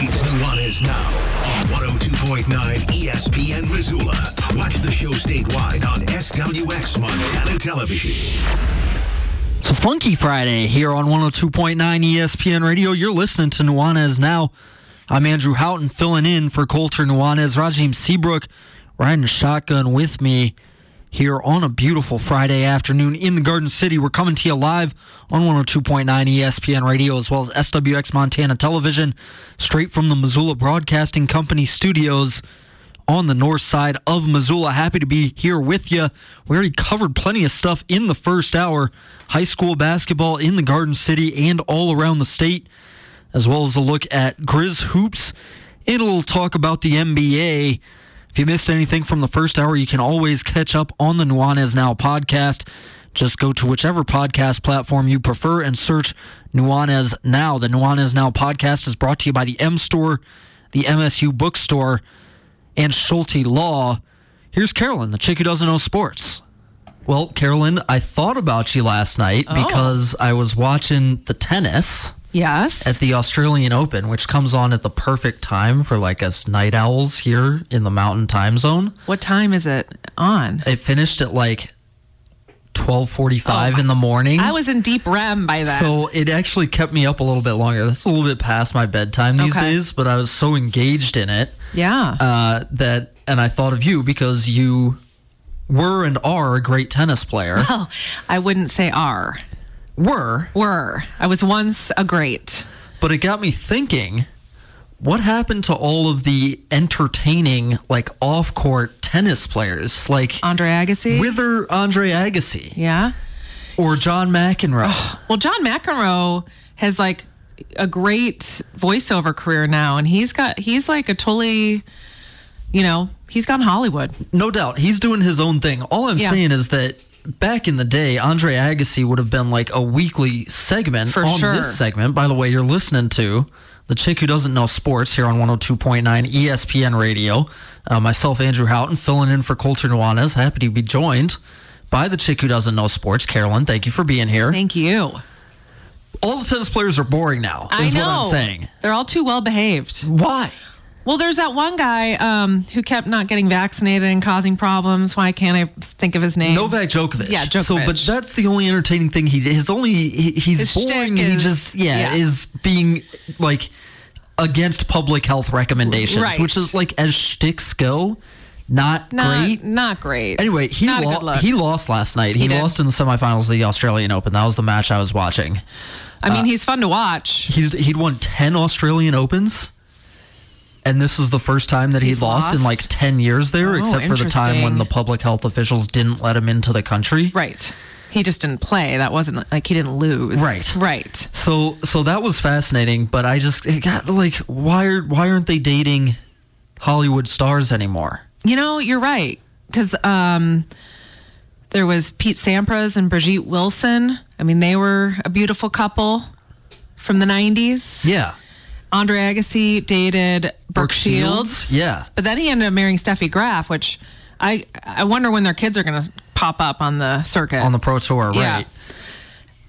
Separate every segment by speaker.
Speaker 1: Keystone One is now on 102.9 E ESPN Missoula. Watch the show statewide on SWX Montana Television.
Speaker 2: It's a funky Friday here on 102.9 ESPN Radio. You're listening to Nuanez Now. I'm Andrew Houghton filling in for Coulter Nuanez. Rajim Seabrook riding shotgun with me here on a beautiful Friday afternoon in the Garden City. We're coming to you live on 102.9 ESPN Radio as well as SWX Montana Television, straight from the Missoula Broadcasting Company studios on the north side of Missoula. Happy to be here with you. We already covered plenty of stuff in the first hour high school basketball in the Garden City and all around the state, as well as a look at Grizz Hoops and a little talk about the NBA. If you missed anything from the first hour, you can always catch up on the Nuanez Now podcast. Just go to whichever podcast platform you prefer and search Nuanez Now. The Nuanez Now podcast is brought to you by the M Store, the MSU Bookstore, and Schulte Law. Here's Carolyn, the chick who doesn't know sports. Well, Carolyn, I thought about you last night
Speaker 3: Oh.
Speaker 2: because I was watching the tennis
Speaker 3: Yes.
Speaker 2: at the Australian Open, which comes on at the perfect time for like us night owls here in the mountain time zone.
Speaker 3: what time is it on?
Speaker 2: It finished at like 12:45 in the morning.
Speaker 3: Oh, I was in deep REM by then.
Speaker 2: So it actually kept me up a little bit longer. This is a little bit past my bedtime these
Speaker 3: Okay.
Speaker 2: days, but I was so engaged in it
Speaker 3: yeah.
Speaker 2: uh, that, and I thought of you because you were and are a great tennis player.
Speaker 3: oh, I wouldn't say are.
Speaker 2: were,
Speaker 3: Were. I was once a great.
Speaker 2: but it got me thinking. What happened to all of the entertaining, like off-court tennis players, like
Speaker 3: Andre Agassi.
Speaker 2: Wither Andre Agassi
Speaker 3: yeah.
Speaker 2: or John McEnroe?
Speaker 3: Well, John McEnroe has like a great voiceover career now, and he's got, he's like a totally, you know, he's gone Hollywood.
Speaker 2: No doubt, he's doing his own thing. All I'm
Speaker 3: Yeah.
Speaker 2: saying is that back in the day, Andre Agassi would have been like a weekly segment
Speaker 3: For
Speaker 2: on
Speaker 3: sure.
Speaker 2: this segment. By the way, you're listening to the chick who doesn't know sports here on 102.9 ESPN Radio. Uh, myself, Andrew Houghton, filling in for Coulter Nuanez. Happy to be joined by the chick who doesn't know sports, Carolyn. Thank you for being here.
Speaker 3: Thank you.
Speaker 2: All the tennis players are boring now.
Speaker 3: I
Speaker 2: Is
Speaker 3: know.
Speaker 2: what I'm saying.
Speaker 3: They're all too well behaved.
Speaker 2: Why?
Speaker 3: Well, there's that one guy um, who kept not getting vaccinated and causing problems. Why can't I think of his name?
Speaker 2: Novak Djokovic.
Speaker 3: Yeah,
Speaker 2: So, but
Speaker 3: Djokovic.
Speaker 2: that's the only entertaining thing he's his only he- he's
Speaker 3: His shtick
Speaker 2: boring. he
Speaker 3: is-
Speaker 2: just yeah,
Speaker 3: yeah.
Speaker 2: is being like against public health recommendations,
Speaker 3: Right.
Speaker 2: which is like as shticks go, not,
Speaker 3: not
Speaker 2: great.
Speaker 3: not great.
Speaker 2: Anyway, he
Speaker 3: not a
Speaker 2: lo-
Speaker 3: good look.
Speaker 2: he lost last night. He,
Speaker 3: He did.
Speaker 2: lost in the semifinals of the Australian Open. That was the match I was watching.
Speaker 3: I
Speaker 2: uh,
Speaker 3: mean, he's fun to watch.
Speaker 2: He's he'd won ten Australian Opens. And this is the first time that he
Speaker 3: He's
Speaker 2: lost, in
Speaker 3: lost?
Speaker 2: like 10 years there,
Speaker 3: Oh,
Speaker 2: except for the time when
Speaker 3: interesting.
Speaker 2: the public health officials didn't let him into the country.
Speaker 3: Right. He just didn't play. That wasn't like he didn't lose.
Speaker 2: Right.
Speaker 3: Right.
Speaker 2: So so that was fascinating, but I just it got like why are why aren't they dating Hollywood stars anymore?
Speaker 3: You know, you're right because um, there was Pete Sampras and Brigitte Wilson. I mean, they were a beautiful couple from the '90s.
Speaker 2: Yeah.
Speaker 3: Andre Agassi dated Brooke,
Speaker 2: Brooke
Speaker 3: Shields.
Speaker 2: Shields? Yeah.
Speaker 3: But then he ended up marrying Steffi Graf, which I I wonder when their kids are going to pop up on the circuit.
Speaker 2: On the pro tour,
Speaker 3: Yeah.
Speaker 2: right.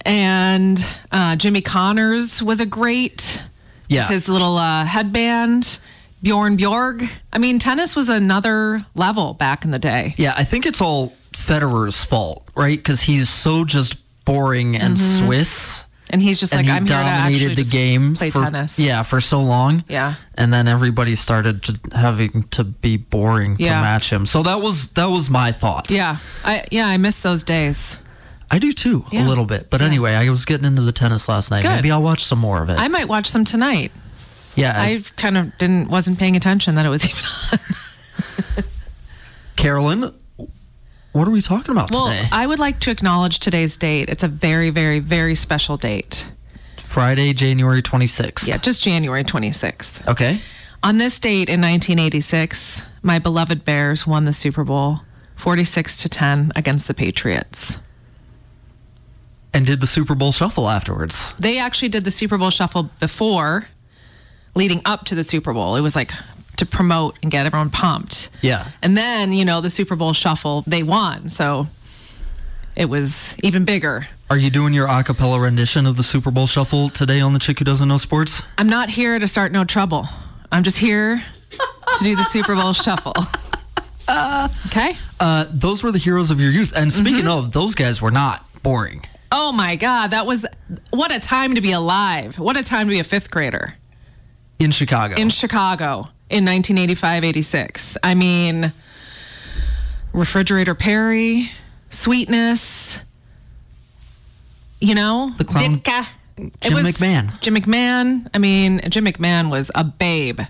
Speaker 3: and uh, Jimmy Connors was a great.
Speaker 2: Yeah.
Speaker 3: With his little uh, headband, Bjorn Bjorg. I mean, tennis was another level back in the day.
Speaker 2: Yeah, I think it's all Federer's fault, right? Cuz he's so just boring and Swiss.
Speaker 3: And he's just
Speaker 2: And
Speaker 3: Mm-hmm. like,
Speaker 2: he
Speaker 3: I'm here to actually
Speaker 2: dominated the
Speaker 3: just
Speaker 2: game.
Speaker 3: play
Speaker 2: for,
Speaker 3: tennis.
Speaker 2: Yeah, for so long.
Speaker 3: Yeah.
Speaker 2: And then everybody started to having to be boring to
Speaker 3: Yeah.
Speaker 2: match him. So that was that was my thought.
Speaker 3: Yeah. I yeah, I miss those days.
Speaker 2: I do too, a
Speaker 3: Yeah.
Speaker 2: little bit. But anyway, I was getting into the tennis last night.
Speaker 3: Good.
Speaker 2: Maybe I'll watch some more of it.
Speaker 3: I might watch some tonight.
Speaker 2: yeah, I-
Speaker 3: I kind of didn't wasn't paying attention that it was even
Speaker 2: Carolyn, what are we talking about
Speaker 3: Well,
Speaker 2: today?
Speaker 3: I would like to acknowledge today's date. It's a very, very, very special date.
Speaker 2: Friday, January 26th.
Speaker 3: Yeah, just January 26th.
Speaker 2: Okay.
Speaker 3: On this date in 1986, my beloved Bears won the Super Bowl 46 to 10 against the Patriots.
Speaker 2: And did the Super Bowl shuffle afterwards?
Speaker 3: They actually did the Super Bowl shuffle before leading up to the Super Bowl. It was like to promote and get everyone pumped.
Speaker 2: Yeah.
Speaker 3: And then, you know, the Super Bowl shuffle, they won. So it was even bigger.
Speaker 2: Are you doing your a cappella rendition of the Super Bowl shuffle today on The Chick Who Doesn't Know Sports?
Speaker 3: I'm not here to start no trouble. I'm just here to do the Super Bowl shuffle. okay.
Speaker 2: Uh, those were the heroes of your youth. And speaking
Speaker 3: Mm-hmm.
Speaker 2: of, those guys were not boring.
Speaker 3: Oh my God, that was what a time to be alive. What a time to be a fifth grader
Speaker 2: In Chicago.
Speaker 3: in Chicago in 1985 86. I mean, Refrigerator Perry, Sweetness, you know,
Speaker 2: The clown-
Speaker 3: Ditka. It
Speaker 2: Jim McMahon.
Speaker 3: Jim McMahon. I mean, Jim McMahon was a babe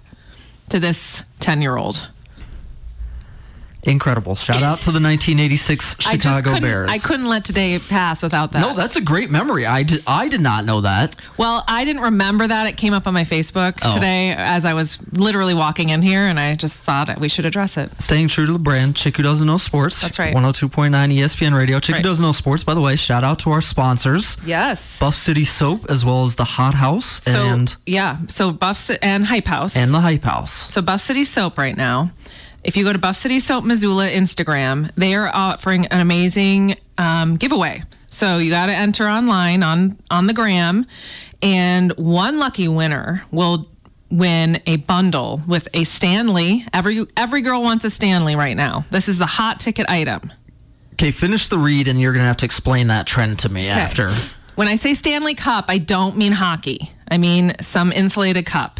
Speaker 3: to this 10 year old.
Speaker 2: Incredible. Shout out to the 1986
Speaker 3: I just
Speaker 2: Chicago
Speaker 3: couldn't,
Speaker 2: Bears.
Speaker 3: I couldn't let today pass without that.
Speaker 2: No, that's a great memory. I did, I did not know that.
Speaker 3: Well, I didn't remember that. It came up on my Facebook
Speaker 2: Oh.
Speaker 3: today as I was literally walking in here, and I just thought that we should address it.
Speaker 2: Staying true to the brand, Chick Who Doesn't Know Sports.
Speaker 3: That's right.
Speaker 2: 102.9 ESPN Radio. Chick Who
Speaker 3: Right.
Speaker 2: Doesn't Know Sports, by the way, shout out to our sponsors
Speaker 3: Yes.
Speaker 2: Buff City Soap, as well as the Hot House
Speaker 3: So
Speaker 2: and,
Speaker 3: yeah, so Buff Ci- and Hype House
Speaker 2: and the Hype House.
Speaker 3: so Buff City Soap right now. If you go to Buff City Soap Missoula Instagram, they are offering an amazing um, giveaway. So you got to enter online on on the gram, and one lucky winner will win a bundle with a Stanley. Every every girl wants a Stanley right now. This is the hot ticket item.
Speaker 2: Okay, finish the read, and you're going to have to explain that trend to me
Speaker 3: Okay.
Speaker 2: after.
Speaker 3: When I say Stanley Cup, I don't mean hockey. I mean some insulated cup.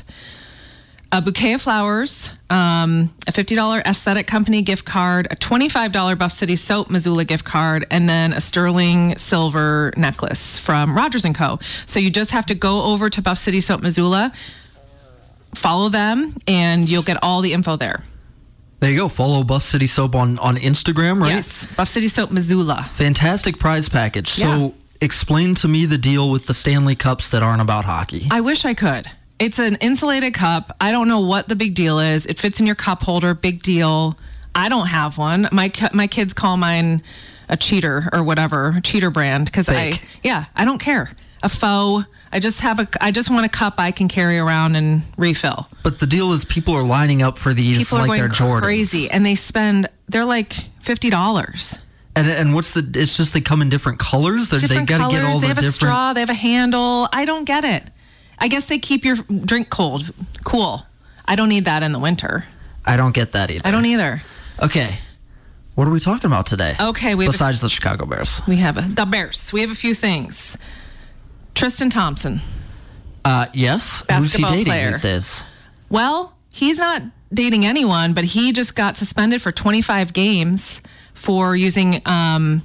Speaker 3: A bouquet of flowers, um, a $50 aesthetic company gift card, a $25 Buff City Soap Missoula gift card, and then a sterling silver necklace from Rogers & Co. So you just have to go over to Buff City Soap Missoula, follow them, and you'll get all the info there.
Speaker 2: There you go. Follow Buff City Soap on, on Instagram, right?
Speaker 3: Yes, Buff City Soap Missoula.
Speaker 2: Fantastic prize package. So
Speaker 3: Yeah.
Speaker 2: explain to me the deal with the Stanley Cups that aren't about hockey.
Speaker 3: I wish I could. It's an insulated cup. I don't know what the big deal is. It fits in your cup holder. Big deal. I don't have one. My ki- my kids call mine a cheater or whatever, a cheater brand because I
Speaker 2: Fake.
Speaker 3: yeah, I don't care. A faux. I just have a I just want a cup I can carry around and refill.
Speaker 2: But the deal is people are lining up for these
Speaker 3: People
Speaker 2: like
Speaker 3: are
Speaker 2: they're Jordans.
Speaker 3: going crazy and they spend they're like $50.
Speaker 2: And, and what's the? It's just they come in different colors. They're,
Speaker 3: Different
Speaker 2: they got
Speaker 3: colors.
Speaker 2: to get all the
Speaker 3: they have a
Speaker 2: different.
Speaker 3: straw, they have a handle. I don't get it. I guess they keep your drink cold. Cool. I don't need that in the winter.
Speaker 2: I don't get that either.
Speaker 3: I don't e- either.
Speaker 2: Okay, what are we talking about today?
Speaker 3: Okay, we have a-
Speaker 2: besides the Chicago Bears,
Speaker 3: We have a, the Bears. We have a few things. Tristan Thompson.
Speaker 2: uh, yes. Who's he
Speaker 3: Basketball
Speaker 2: dating
Speaker 3: player.
Speaker 2: these days?
Speaker 3: Well, he's not dating anyone, but he just got suspended for 25 games for using um,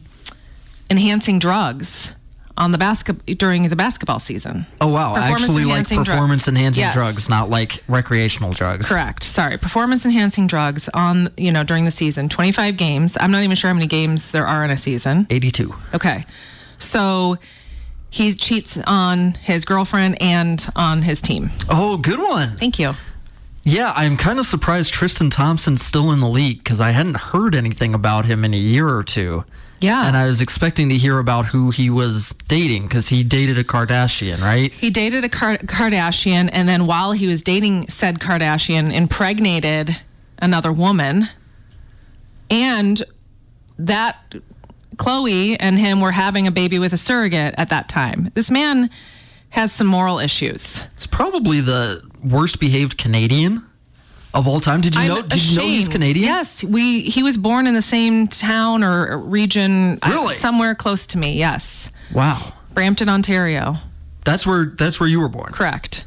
Speaker 3: enhancing drugs on the basket during the basketball season.
Speaker 2: Oh wow!
Speaker 3: Performance
Speaker 2: Actually, like
Speaker 3: enhancing drugs.
Speaker 2: performance enhancing
Speaker 3: Yes.
Speaker 2: drugs, not like recreational drugs.
Speaker 3: Correct. Sorry, performance enhancing drugs on you know during the season. 25 games. I'm not even sure how many games there are in a season.
Speaker 2: Eighty-two.
Speaker 3: Okay. So he cheats on his girlfriend and on his team.
Speaker 2: Oh, good one.
Speaker 3: Thank you.
Speaker 2: Yeah, I'm kind of surprised Tristan Thompson's still in the league because I hadn't heard anything about him in a year or two.
Speaker 3: Yeah.
Speaker 2: And I was expecting to hear about who he was dating because he dated a Kardashian, right?
Speaker 3: He dated a Kar- Kardashian, and then while he was dating said Kardashian, impregnated another woman. And that Chloe and him were having a baby with a surrogate at that time. This man has some moral issues.
Speaker 2: It's probably the worst behaved Canadian of all time. Did you
Speaker 3: I'm
Speaker 2: know? Did you know he's
Speaker 3: ashamed.
Speaker 2: Canadian?
Speaker 3: Yes, we. He was born in the same town or region, uh,
Speaker 2: Really?
Speaker 3: somewhere close to me. Yes,
Speaker 2: Wow,
Speaker 3: Brampton, Ontario.
Speaker 2: that's where that's where you were born.
Speaker 3: Correct.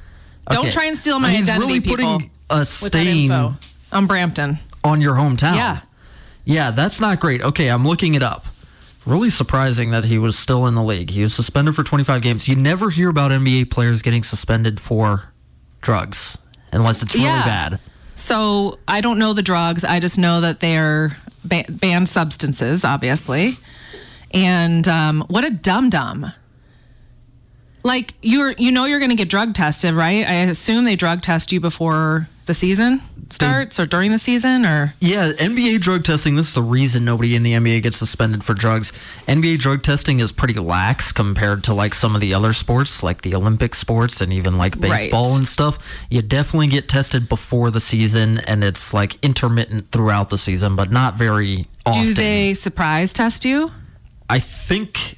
Speaker 2: Okay.
Speaker 3: Don't try and steal my
Speaker 2: He's
Speaker 3: identity,
Speaker 2: really
Speaker 3: people.
Speaker 2: putting a
Speaker 3: with that info
Speaker 2: stain
Speaker 3: on Brampton.
Speaker 2: on your hometown.
Speaker 3: Yeah.
Speaker 2: yeah, that's not great. Okay, I'm looking it up. Really surprising that he was still in the league. He was suspended for 25 games. You never hear about NBA players getting suspended for drugs unless it's really
Speaker 3: Yeah.
Speaker 2: bad.
Speaker 3: So I don't know the drugs. I just know that they're ba- banned substances, obviously. And um, what a dum dum. like you're you know you're going to get drug tested, right? I assume they drug test you before the season starts or during the season or
Speaker 2: Yeah, NBA drug testing, this is the reason nobody in the NBA gets suspended for drugs. NBA drug testing is pretty lax compared to like some of the other sports, like the Olympic sports and even like
Speaker 3: Right.
Speaker 2: baseball and stuff. You definitely get tested before the season and it's like intermittent throughout the season, but not very often.
Speaker 3: do they surprise test you?
Speaker 2: I think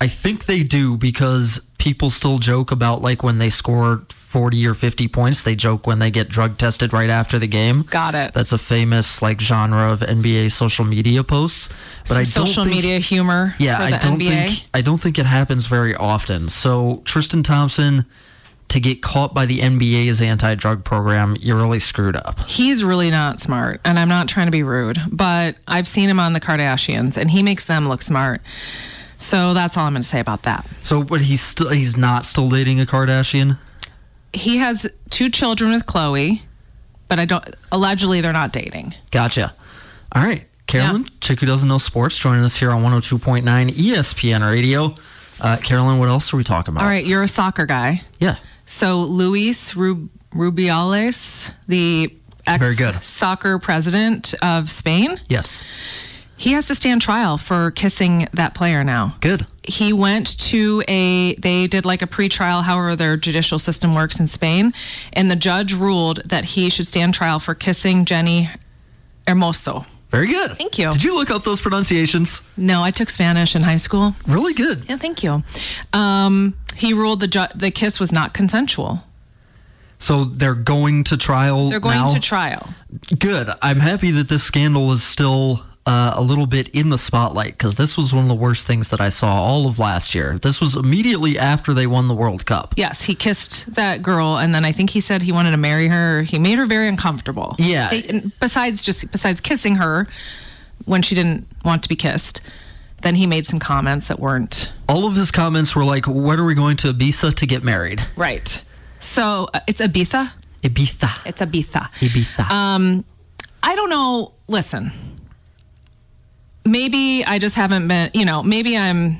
Speaker 2: I think they do because people still joke about like when they score 40 or 50 points, they joke when they get drug tested right after the game.
Speaker 3: Got it.
Speaker 2: That's a famous like genre of NBA social media posts, but I
Speaker 3: Some
Speaker 2: don't
Speaker 3: social
Speaker 2: think-
Speaker 3: media humor
Speaker 2: Yeah,
Speaker 3: for
Speaker 2: I
Speaker 3: the
Speaker 2: don't
Speaker 3: NBA.
Speaker 2: think I don't think it happens very often. So Tristan Thompson to get caught by the NBA's anti-drug program, you're really screwed up.
Speaker 3: He's really not smart, and I'm not trying to be rude, but I've seen him on the Kardashians and he makes them look smart. So that's all I'm going to say about that.
Speaker 2: So, but he's still he's not still dating a Kardashian.
Speaker 3: He has two children with Chloe, but I don't allegedly they're not dating.
Speaker 2: Gotcha. All right. Carolyn, chick who doesn't know sports, joining us here on 102.9 ESPN radio. Uh, Carolyn, what else are we talking about?
Speaker 3: All right, you're a soccer guy.
Speaker 2: Yeah.
Speaker 3: So Luis Rub- Rubiales, the
Speaker 2: Very good.
Speaker 3: ex soccer president of Spain,
Speaker 2: Yes.
Speaker 3: he has to stand trial for kissing that player now.
Speaker 2: Good.
Speaker 3: He went to a they did like a pretrial however their judicial system works in Spain and the judge ruled that he should stand trial for kissing Jenny Hermoso.
Speaker 2: Very good.
Speaker 3: Thank you.
Speaker 2: Did you look up those pronunciations?
Speaker 3: No, I took Spanish in high school.
Speaker 2: Really good.
Speaker 3: Yeah, thank you. Um, he ruled the ju- the kiss was not consensual.
Speaker 2: So they're going to trial.
Speaker 3: They're going
Speaker 2: now?
Speaker 3: to trial.
Speaker 2: Good. I'm happy that this scandal is still uh, a little bit in the spotlight because this was one of the worst things that I saw all of last year. This was immediately after they won the World Cup.
Speaker 3: Yes, he kissed that girl, and then I think he said he wanted to marry her. He made her very uncomfortable.
Speaker 2: Yeah.
Speaker 3: They- and besides just besides kissing her when she didn't want to be kissed, then he made some comments that weren't
Speaker 2: All of his comments were like, "When are we going to Ibiza to get married?"
Speaker 3: right. So uh, it's Ibiza.
Speaker 2: Ibiza.
Speaker 3: It's Ibiza.
Speaker 2: Ibiza.
Speaker 3: Um, I don't know. Listen, maybe I just haven't been. You know, maybe I'm.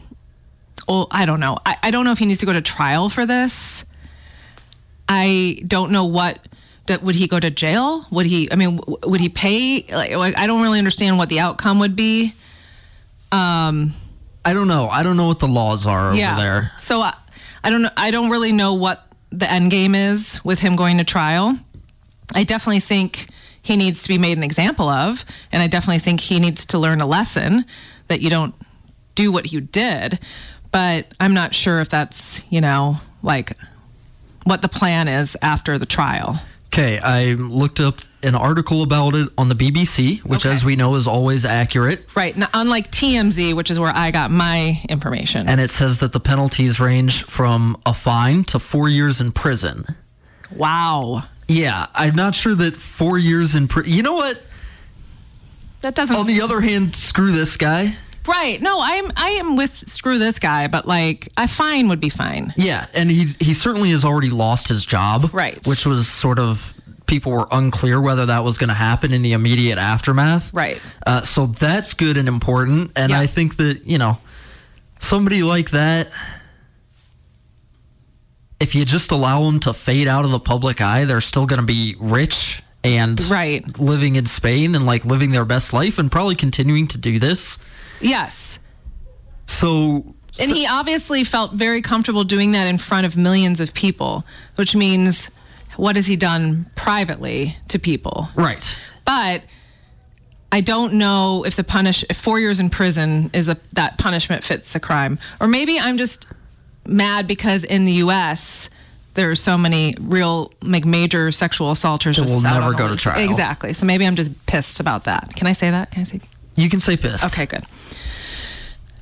Speaker 3: Oh, I don't know. I, I don't know if he needs to go to trial for this. I don't know what. That would he go to jail? Would he? I mean, w- would he pay? Like, like, I don't really understand what the outcome would be.
Speaker 2: I don't know. I don't know what the laws are over
Speaker 3: yeah.
Speaker 2: there.
Speaker 3: So I, I don't know. I don't really know what the end game is with him going to trial. I definitely think he needs to be made an example of, and I definitely think he needs to learn a lesson that you don't do what you did. But I'm not sure if that's you know like what the plan is after the trial.
Speaker 2: Okay, I looked up an article about it on the BBC, which, as we know, is always accurate.
Speaker 3: Right. Now, unlike TMZ, which is where I got my information.
Speaker 2: And it says that the penalties range from a fine to four years in prison.
Speaker 3: wow.
Speaker 2: Yeah, I'm not sure that four years in prison. You know what?
Speaker 3: That doesn't
Speaker 2: On the other hand, screw this guy.
Speaker 3: Right. No, I'm I am with screw this guy, but like a fine would be fine.
Speaker 2: Yeah, and he's he certainly has already lost his job.
Speaker 3: Right.
Speaker 2: Which was sort of people were unclear whether that was going to happen in the immediate aftermath.
Speaker 3: Right.
Speaker 2: Uh, so that's good and important, and
Speaker 3: Yeah.
Speaker 2: I think that you know somebody like that. If you just allow them to fade out of the public eye, they're still going to be rich and
Speaker 3: Right.
Speaker 2: living in Spain and like living their best life and probably continuing to do this.
Speaker 3: Yes.
Speaker 2: So
Speaker 3: And he obviously felt very comfortable doing that in front of millions of people, which means what has he done privately to people?
Speaker 2: right.
Speaker 3: But I don't know if the punish if 4 years in prison is a that punishment fits the crime. Or maybe I'm just mad because in the US there are so many real like major sexual assaulters that
Speaker 2: will never go to trial.
Speaker 3: Exactly. So maybe I'm just pissed about that. Can I say that? Can I say
Speaker 2: You can say piss.
Speaker 3: Okay, good.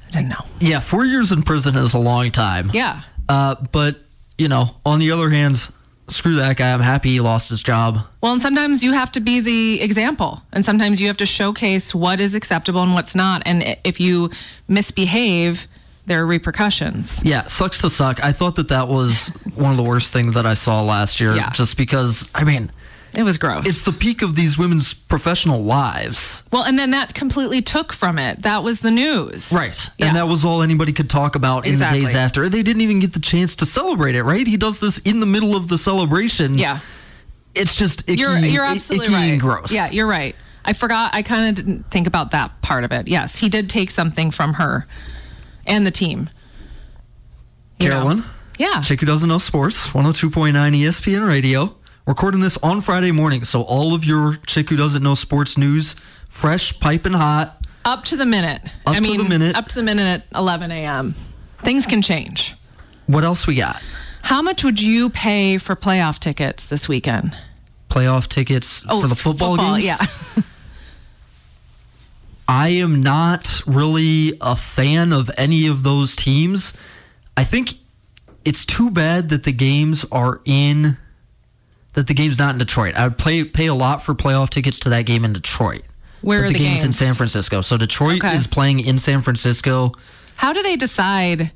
Speaker 3: I didn't know.
Speaker 2: Yeah, four years in prison is a long time.
Speaker 3: Yeah.
Speaker 2: Uh, but you know, on the other hand, screw that guy. I'm happy he lost his job.
Speaker 3: Well, and sometimes you have to be the example, and sometimes you have to showcase what is acceptable and what's not. And i- if you misbehave, there are repercussions.
Speaker 2: Yeah, sucks to suck. I thought that that was one of the worst things that I saw last year.
Speaker 3: Yeah.
Speaker 2: Just because, I mean,
Speaker 3: It was gross.
Speaker 2: it's the peak of these women's professional lives.
Speaker 3: Well, and then that completely took from it. That was the news.
Speaker 2: Right.
Speaker 3: Yeah.
Speaker 2: And that was all anybody could talk about in the days
Speaker 3: Exactly.
Speaker 2: after. They didn't even get the chance to celebrate it, right? He does this in the middle of the celebration.
Speaker 3: yeah.
Speaker 2: It's just icky,
Speaker 3: You're you're
Speaker 2: i-
Speaker 3: absolutely
Speaker 2: icky
Speaker 3: right.
Speaker 2: and gross.
Speaker 3: Yeah, you're right. I forgot. I kind of didn't think about that part of it. Yes, he did take something from her and the team. You know.
Speaker 2: Carolyn,
Speaker 3: Yeah.
Speaker 2: chick who doesn't know sports, 102.9 ESPN radio. Recording this on Friday morning, so all of your chick who doesn't know sports news, fresh, piping hot.
Speaker 3: Up to the minute.
Speaker 2: Up
Speaker 3: I
Speaker 2: to the
Speaker 3: mean,
Speaker 2: minute.
Speaker 3: Up to the minute at 11 a.m. Things can change.
Speaker 2: What else we got?
Speaker 3: How much would you pay for playoff tickets this weekend? Oh,
Speaker 2: Playoff tickets for the football, games.
Speaker 3: Yeah.
Speaker 2: I am not really a fan of any of those teams. I think it's too bad that the games are in that the game's not in Detroit. I would play pay a lot for playoff tickets to that game in Detroit.
Speaker 3: Where
Speaker 2: but
Speaker 3: are
Speaker 2: the,
Speaker 3: the
Speaker 2: game's in
Speaker 3: games?
Speaker 2: San Francisco. So Detroit
Speaker 3: Okay.
Speaker 2: is playing in San Francisco.
Speaker 3: How do they decide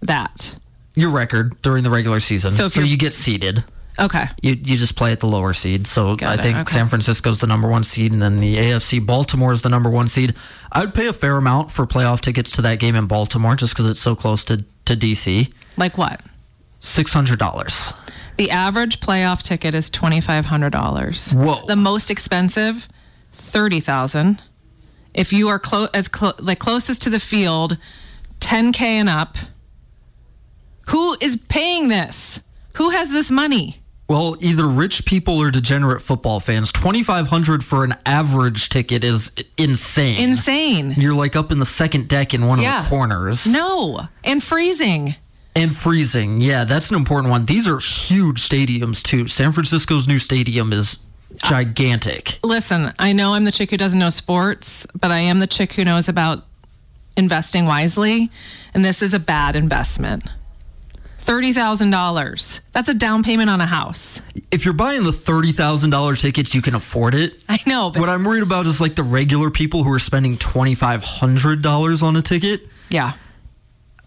Speaker 3: that?
Speaker 2: Your record during the regular season.
Speaker 3: So
Speaker 2: So,
Speaker 3: if you're-
Speaker 2: you get seeded.
Speaker 3: Okay.
Speaker 2: You, you just play at the lower seed. So
Speaker 3: Got
Speaker 2: I
Speaker 3: it,
Speaker 2: think
Speaker 3: okay.
Speaker 2: San Francisco's the number one seed, and then the AFC Baltimore is the number one seed. I would pay a fair amount for playoff tickets to that game in Baltimore just because it's so close to, to DC.
Speaker 3: Like what?
Speaker 2: $600.
Speaker 3: The average playoff ticket is twenty five hundred dollars.
Speaker 2: Whoa.
Speaker 3: The most expensive, thirty thousand. If you are clo- as clo- the closest to the field, ten k and up. Who is paying this? Who has this money?
Speaker 2: Well, either rich people or degenerate football fans. 2500 for an average ticket is insane.
Speaker 3: Insane.
Speaker 2: You're like up in the second deck in one of
Speaker 3: Yeah.
Speaker 2: the corners.
Speaker 3: No, and freezing.
Speaker 2: And freezing. Yeah, that's an important one. These are huge stadiums, too. San Francisco's new stadium is gigantic.
Speaker 3: Listen, I know I'm the chick who doesn't know sports, but I am the chick who knows about investing wisely, and this is a bad investment. $30,000. That's a down payment on a house.
Speaker 2: If you're buying the $30,000 tickets, you can afford it.
Speaker 3: I know, but
Speaker 2: What I'm worried about is like the regular people who are spending $2,500 on a ticket.
Speaker 3: yeah.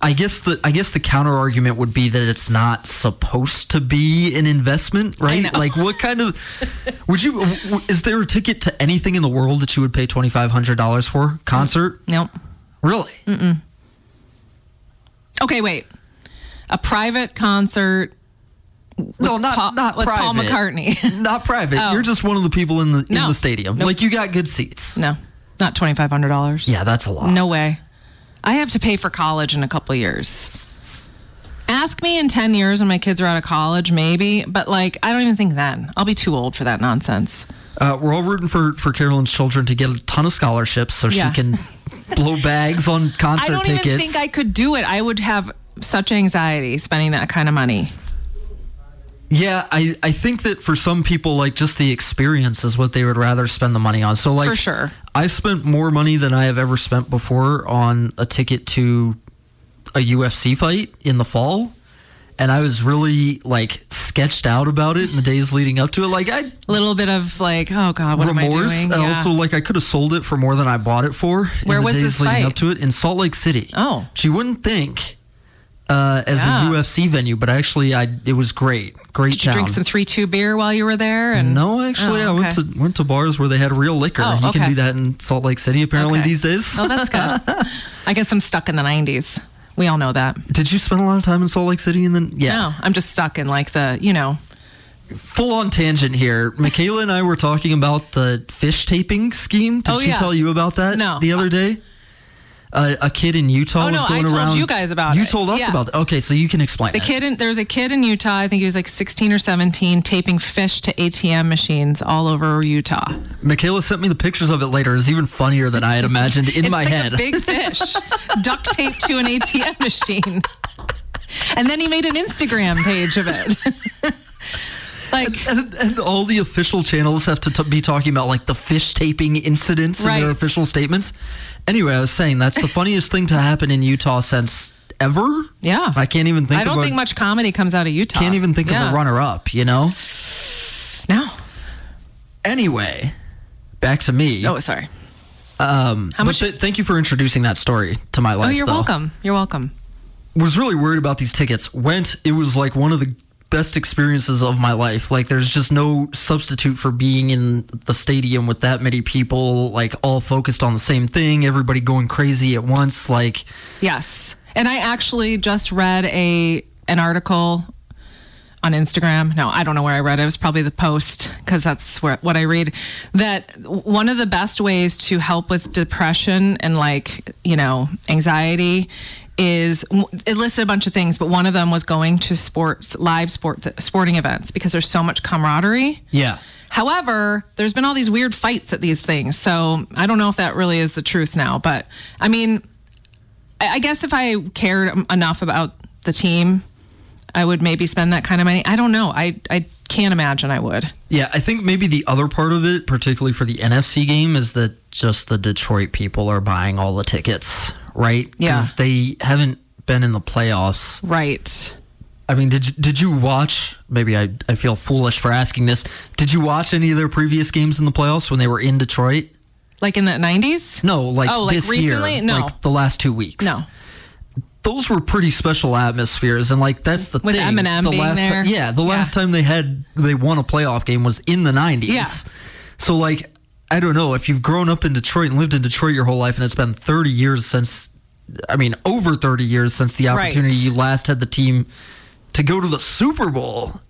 Speaker 2: I guess the I guess the counter argument would be that it's not supposed to be an investment, right?
Speaker 3: know.
Speaker 2: Like what kind of would you w- w- is there a ticket to anything in the world that you would pay $2500 for? Concert?
Speaker 3: Nope.
Speaker 2: Really?
Speaker 3: Mm, Okay, wait. A private concert
Speaker 2: No, not
Speaker 3: Paul-
Speaker 2: not
Speaker 3: with
Speaker 2: private.
Speaker 3: Paul McCartney.
Speaker 2: Not private.
Speaker 3: Oh.
Speaker 2: You're just one of the people in the in
Speaker 3: No.
Speaker 2: the stadium.
Speaker 3: Nope.
Speaker 2: Like you got good seats.
Speaker 3: No, not $2,500.
Speaker 2: Yeah, that's a lot.
Speaker 3: No way. I have to pay for college in a couple years. Ask me in 10 years when my kids are out of college, maybe, but like, I don't even think then. I'll be too old for that nonsense.
Speaker 2: Uh, we're all rooting for, for Carolyn's children to get a ton of scholarships so
Speaker 3: Yeah.
Speaker 2: she can blow bags on concert
Speaker 3: I don't
Speaker 2: tickets.
Speaker 3: even think I could do it. I would have such anxiety spending that kind of money.
Speaker 2: yeah, I, I think that for some people, like just the experience is what they would rather spend the money on. So like
Speaker 3: For sure.
Speaker 2: I spent more money than I have ever spent before on a ticket to a UFC fight in the fall. And I was really like sketched out about it in the days leading up to it. Like I
Speaker 3: A little bit of like, oh God, what am I
Speaker 2: remorse.
Speaker 3: doing?
Speaker 2: And also, like, I could have sold it for more than I bought it for.
Speaker 3: Where
Speaker 2: in the
Speaker 3: was
Speaker 2: days
Speaker 3: this
Speaker 2: leading
Speaker 3: fight?
Speaker 2: up to it in Salt Lake City?
Speaker 3: Oh.
Speaker 2: she wouldn't think uh, as a
Speaker 3: Yeah.
Speaker 2: UFC venue, but actually, I it was great, great
Speaker 3: Did you drink some 3 2 beer while you were there? And
Speaker 2: no, actually, I
Speaker 3: Oh,
Speaker 2: went
Speaker 3: okay.
Speaker 2: to went to bars where they had real liquor.
Speaker 3: Oh,
Speaker 2: You can
Speaker 3: okay.
Speaker 2: do that in Salt Lake City apparently
Speaker 3: Okay.
Speaker 2: these days.
Speaker 3: Oh, that's good. I guess I'm stuck in the 90s. We all know that.
Speaker 2: Did you spend a lot of time in Salt Lake City? And then yeah,
Speaker 3: No, I'm just stuck in like the, you know,
Speaker 2: full on tangent here. Michaela and I were talking about the fish taping scheme. Did
Speaker 3: Oh,
Speaker 2: she
Speaker 3: yeah.
Speaker 2: tell you about that?
Speaker 3: No.
Speaker 2: The other day, uh, a kid in Utah
Speaker 3: Oh,
Speaker 2: was
Speaker 3: no, I
Speaker 2: going
Speaker 3: told
Speaker 2: around.
Speaker 3: you guys about
Speaker 2: you
Speaker 3: it.
Speaker 2: told us
Speaker 3: Yeah.
Speaker 2: about it. Okay, so you can explain.
Speaker 3: The
Speaker 2: it.
Speaker 3: kid in there's a kid in Utah, I think he was like 16 or 17, taping fish to ATM machines all over Utah.
Speaker 2: Michaela sent me the pictures of it later. It's even funnier than I had imagined in
Speaker 3: it's
Speaker 2: my
Speaker 3: like
Speaker 2: head.
Speaker 3: a big fish duct taped to an ATM machine. And then he made an Instagram page of it. like
Speaker 2: and, and all the official channels have to t- be talking about like the fish taping incidents in their
Speaker 3: Right.
Speaker 2: official statements. Anyway, I was saying that's the funniest thing to happen in Utah since ever.
Speaker 3: yeah.
Speaker 2: I can't even think.
Speaker 3: I don't
Speaker 2: of
Speaker 3: think
Speaker 2: a,
Speaker 3: much comedy comes out of Utah.
Speaker 2: Can't even think
Speaker 3: Yeah.
Speaker 2: of a runner-up. You know.
Speaker 3: No.
Speaker 2: Anyway, back to me.
Speaker 3: Oh, sorry.
Speaker 2: um,
Speaker 3: how
Speaker 2: but
Speaker 3: much-
Speaker 2: th- thank you for introducing that story to my
Speaker 3: Oh,
Speaker 2: life.
Speaker 3: you're
Speaker 2: though.
Speaker 3: welcome. You're welcome.
Speaker 2: Was really worried about these tickets. Went. It was like one of the best experiences of my life. Like there's just no substitute for being in the stadium with that many people, like all focused on the same thing, everybody going crazy at once. Like
Speaker 3: Yes. And I actually just read a an article on Instagram. No, I don't know where I read it. It was probably the post because that's where, what I read. That one of the best ways to help with depression and like, you know, anxiety is it listed a bunch of things, but one of them was going to sports, live sports, sporting events because there's so much camaraderie.
Speaker 2: yeah.
Speaker 3: However, there's been all these weird fights at these things. So I don't know if that really is the truth now. But I mean, I I guess if I cared em- enough about the team, I would maybe spend that kind of money. I don't know. I, I can't imagine I would.
Speaker 2: Yeah, I think maybe the other part of it, particularly for the NFC game, is that just the Detroit people are buying all the tickets, right?
Speaker 3: Yeah.
Speaker 2: they haven't been in the playoffs.
Speaker 3: Right.
Speaker 2: I mean, did you, did you watch? Maybe I, I feel foolish for asking this. Did you watch any of their previous games in the playoffs when they were in Detroit?
Speaker 3: Like in the 90s?
Speaker 2: No, like
Speaker 3: Oh, like
Speaker 2: this
Speaker 3: recently?
Speaker 2: year,
Speaker 3: No.
Speaker 2: like the last two weeks.
Speaker 3: No.
Speaker 2: those were pretty special atmospheres, and like that's the
Speaker 3: With
Speaker 2: thing.
Speaker 3: Eminem
Speaker 2: the
Speaker 3: being
Speaker 2: last ti-
Speaker 3: there.
Speaker 2: yeah, the
Speaker 3: Yeah.
Speaker 2: last time they had they won a playoff game was in the nineties.
Speaker 3: Yeah.
Speaker 2: so like I don't know if you've grown up in Detroit and lived in Detroit your whole life, and it's been thirty years since, I mean, over thirty years since the
Speaker 3: Right.
Speaker 2: opportunity you last had the team to go to the Super Bowl.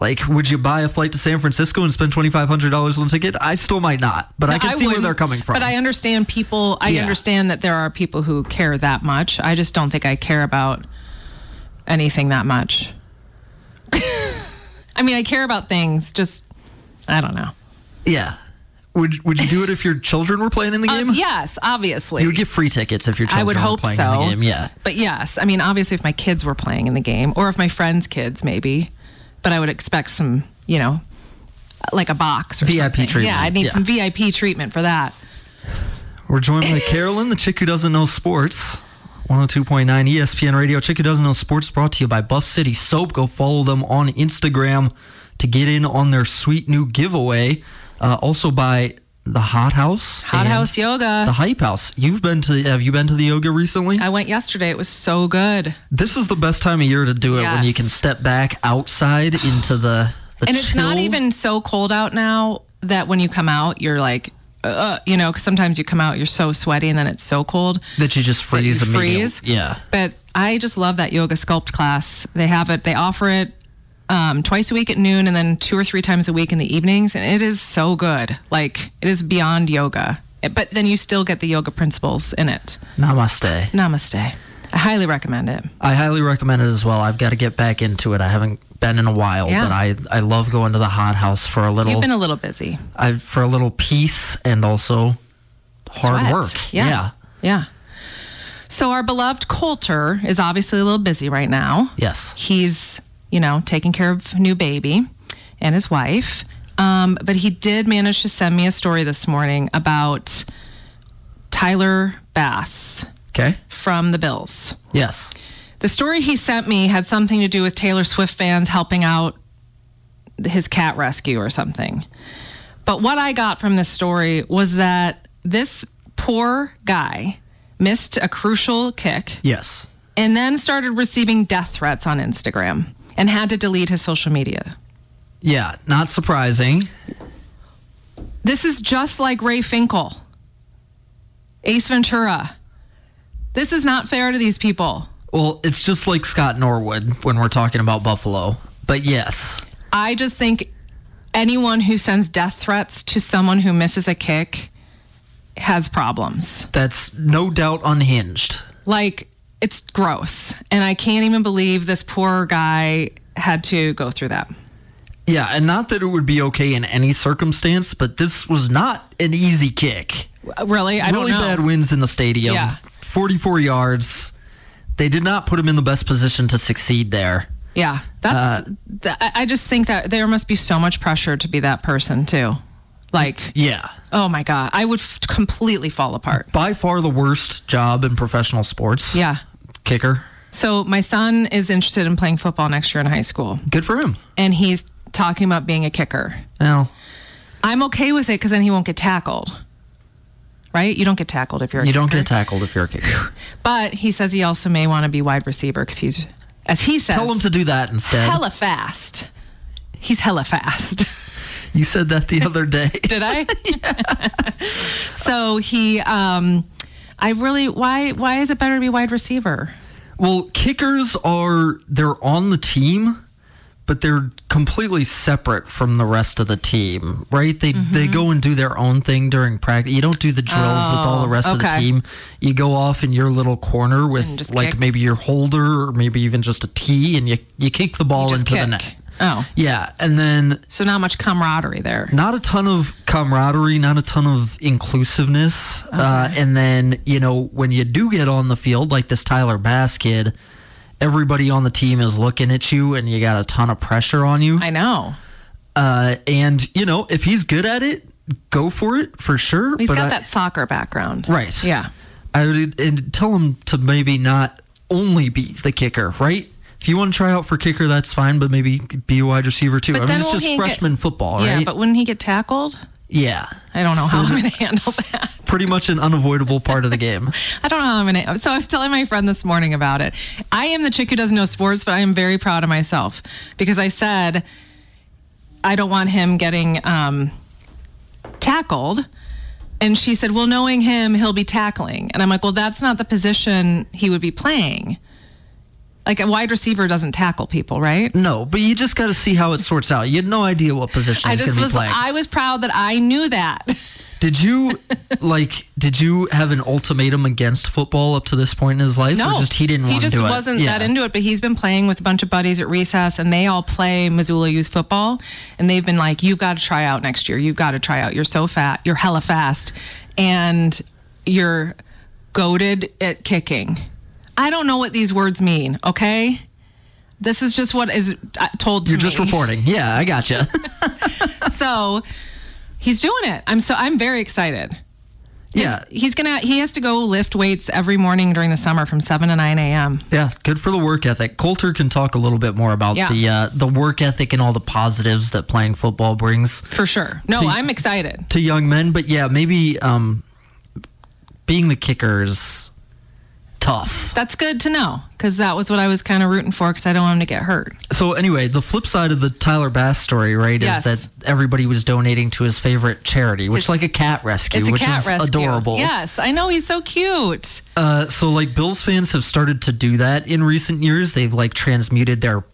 Speaker 2: Like, would you buy a flight to San Francisco and spend twenty five hundred dollars on a ticket? I still might not, but I can see where
Speaker 3: wouldn't,
Speaker 2: they're coming from.
Speaker 3: But I understand people. I
Speaker 2: Yeah.
Speaker 3: understand that there are people who care that much. I just don't think I care about anything that much. I mean, I care about things. Just I don't know.
Speaker 2: Yeah. Would Would you do it if your children were playing in the game?
Speaker 3: Um, yes, obviously.
Speaker 2: You would get free tickets if your children
Speaker 3: I would
Speaker 2: were
Speaker 3: hope
Speaker 2: playing
Speaker 3: so.
Speaker 2: in the game. Yeah.
Speaker 3: But yes, I mean, obviously, if my kids were playing in the game, or if my friends' kids, maybe. But I would expect some, you know, like a box or
Speaker 2: VIP
Speaker 3: something.
Speaker 2: treatment,
Speaker 3: Yeah, I'd need
Speaker 2: yeah.
Speaker 3: some VIP treatment for that.
Speaker 2: We're joined by Carolyn, the chick who doesn't know sports. 102.9 ESPN Radio. Chick who doesn't know sports brought to you by Buff City Soap. Go follow them on Instagram to get in on their sweet new giveaway. Uh, also by the Hot House.
Speaker 3: Hot
Speaker 2: and
Speaker 3: House Yoga.
Speaker 2: The Hype House. You've been to have you been to the yoga recently?
Speaker 3: I went yesterday. It was so good.
Speaker 2: this is the best time of year to do it when
Speaker 3: Yes.
Speaker 2: you can step back outside into the, the
Speaker 3: and it's not
Speaker 2: chill.
Speaker 3: even so cold out now that when you come out you're like uh, you know 'cause sometimes you come out you're so sweaty and then it's so cold
Speaker 2: that you just
Speaker 3: that you
Speaker 2: freeze immediately.
Speaker 3: freeze
Speaker 2: Yeah.
Speaker 3: but i just love that yoga sculpt class they have it they offer it um, twice a week at noon and then two or three times a week in the evenings and it is so good like it is beyond yoga It- but then you still get the yoga principles in it
Speaker 2: Namaste.
Speaker 3: namaste i highly recommend it
Speaker 2: I highly recommend it as well. I've got to get back into it. I haven't been in a while,
Speaker 3: Yeah.
Speaker 2: but I, I love going to the hot house for a little
Speaker 3: you've been a little busy
Speaker 2: I, for a little peace and also hard
Speaker 3: sweat.
Speaker 2: work.
Speaker 3: Yeah. Yeah. So our beloved Coulter is obviously a little busy right now.
Speaker 2: Yes.
Speaker 3: He's, you know, taking care of new baby and his wife. Um, but he did manage to send me a story this morning about Tyler Bass
Speaker 2: Okay.
Speaker 3: from the Bills.
Speaker 2: Yes.
Speaker 3: The story he sent me had something to do with Taylor Swift fans helping out his cat rescue or something. But what I got from this story was that this poor guy missed a crucial kick
Speaker 2: Yes.
Speaker 3: and then started receiving death threats on Instagram and had to delete his social media.
Speaker 2: Yeah. Not surprising.
Speaker 3: This is just like Ray Finkel, Ace Ventura. This is not fair to these people.
Speaker 2: Well, it's just like Scott Norwood when we're talking about Buffalo. But yes.
Speaker 3: I just think anyone who sends death threats to someone who misses a kick has problems.
Speaker 2: That's no doubt unhinged.
Speaker 3: Like, it's gross. And I can't even believe this poor guy had to go through that.
Speaker 2: Yeah, and not that it would be okay in any circumstance, but this was not an easy kick.
Speaker 3: Uh, Really? I
Speaker 2: really
Speaker 3: don't know.
Speaker 2: bad wins in the stadium.
Speaker 3: Yeah.
Speaker 2: 44 yards. They did not put him in the best position to succeed there.
Speaker 3: Yeah. That's,
Speaker 2: Uh,
Speaker 3: th- I I just think that there must be so much pressure to be that person, too. Like,
Speaker 2: Yeah.
Speaker 3: oh my God, I would f- completely fall apart.
Speaker 2: By far the worst job in professional sports.
Speaker 3: Yeah.
Speaker 2: Kicker.
Speaker 3: So, my son is interested in playing football next year in high school,
Speaker 2: Good for him.
Speaker 3: and he's talking about being a kicker.
Speaker 2: Well,
Speaker 3: I'm okay with it because then he won't get tackled. Right? You don't get tackled if you're a
Speaker 2: you don't
Speaker 3: kicker.
Speaker 2: get tackled if you're a kicker.
Speaker 3: But he says he also may want to be wide receiver because he's as he says,
Speaker 2: Tell him to do that instead.
Speaker 3: hella fast. He's hella fast.
Speaker 2: You said that the other day.
Speaker 3: Did I? so he, um, I really, why, why is it better to be wide receiver?
Speaker 2: Well, kickers are they're on the team, but they're completely separate from the rest of the team, right? They
Speaker 3: Mm-hmm.
Speaker 2: they go and do their own thing during practice. You don't do the drills with all the rest of the
Speaker 3: Oh, okay.
Speaker 2: team. You go off in your little corner with
Speaker 3: just
Speaker 2: like
Speaker 3: kick.
Speaker 2: maybe your holder or maybe even just a tee, and you you kick the ball
Speaker 3: just
Speaker 2: into the
Speaker 3: kick.
Speaker 2: net.
Speaker 3: Oh.
Speaker 2: yeah, and then
Speaker 3: So not much camaraderie there.
Speaker 2: not a ton of camaraderie, not a ton of inclusiveness.
Speaker 3: Uh-huh.
Speaker 2: Uh, and then, you know, when you do get on the field, like this Tyler Bass kid, everybody on the team is looking at you and you got a ton of pressure on you.
Speaker 3: I know.
Speaker 2: Uh, and, you know, if he's good at it, go for it for sure.
Speaker 3: He's
Speaker 2: but
Speaker 3: got
Speaker 2: I,
Speaker 3: that soccer background.
Speaker 2: Right.
Speaker 3: Yeah.
Speaker 2: I would and tell him to maybe not only be the kicker, right? If you want to try out for kicker, that's fine, but maybe be a wide receiver too. I
Speaker 3: But
Speaker 2: mean,
Speaker 3: then
Speaker 2: it's
Speaker 3: won't
Speaker 2: just
Speaker 3: he get-
Speaker 2: freshman football,
Speaker 3: Yeah,
Speaker 2: right?
Speaker 3: but wouldn't he get tackled?
Speaker 2: yeah.
Speaker 3: I don't know how
Speaker 2: So
Speaker 3: I'm going to handle that.
Speaker 2: Pretty much an unavoidable part of the game.
Speaker 3: I don't know how I'm going to. So I was telling my friend this morning about it. I am the chick who doesn't know sports, but I am very proud of myself because I said I don't want him getting um, tackled. And she said, Well, knowing him, he'll be tackling. And I'm like, Well, that's not the position he would be playing. Like a wide receiver doesn't tackle people, right?
Speaker 2: No, but you just got to see how it sorts out. You had no idea what position
Speaker 3: I
Speaker 2: he's going
Speaker 3: just
Speaker 2: to be
Speaker 3: was
Speaker 2: playing.
Speaker 3: I was proud that I knew that.
Speaker 2: did you like? Did you have an ultimatum against football up to this point in his life,
Speaker 3: No,
Speaker 2: or just he didn't want to
Speaker 3: just
Speaker 2: do it?
Speaker 3: wasn't
Speaker 2: Yeah.
Speaker 3: that into it. But he's been playing with a bunch of buddies at recess, and they all play Missoula youth football. And they've been like, "You've got to try out next year. You've got to try out. You're so fat. You're hella fast, and you're goaded at kicking." I don't know what these words mean. Okay, this is just what is uh, told to
Speaker 2: You're just
Speaker 3: me.
Speaker 2: reporting. Yeah, I gotcha.
Speaker 3: so he's doing it. I'm so I'm very excited.
Speaker 2: yeah,
Speaker 3: He's gonna he has to go lift weights every morning during the summer from seven to nine a.m.
Speaker 2: yeah. Good for the work ethic. Coulter can talk a little bit more about
Speaker 3: Yeah.
Speaker 2: the uh, the work ethic and all the positives that playing football brings
Speaker 3: For sure. No,
Speaker 2: To-
Speaker 3: I'm excited.
Speaker 2: to young men. But yeah, maybe um, being the kicker is tough.
Speaker 3: That's good to know because that was what I was kind of rooting for because I don't want him to get hurt.
Speaker 2: So anyway, the flip side of the Tyler Bass story, right,
Speaker 3: Yes.
Speaker 2: is that everybody was donating to his favorite charity, which
Speaker 3: It's-
Speaker 2: like a cat rescue,
Speaker 3: It's a
Speaker 2: which
Speaker 3: cat
Speaker 2: is
Speaker 3: rescue.
Speaker 2: adorable.
Speaker 3: Yes, I know he's so cute.
Speaker 2: Uh, so like Bills fans have started to do that in recent years. They've like transmuted their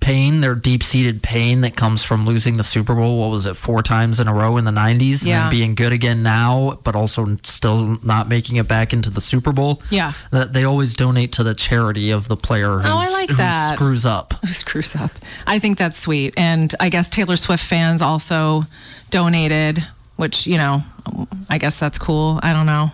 Speaker 2: pain, their deep-seated pain that comes from losing the Super Bowl. What was it, four times in a row in the '90s, and
Speaker 3: Yeah.
Speaker 2: then being good again now, but also still not making it back into the Super Bowl.
Speaker 3: Yeah. Oh,
Speaker 2: that they always donate to the charity of the player who's,
Speaker 3: I like
Speaker 2: who
Speaker 3: that.
Speaker 2: screws up.
Speaker 3: Screws up. I think that's sweet, and I guess Taylor Swift fans also donated, which you know, I guess that's cool. I don't know.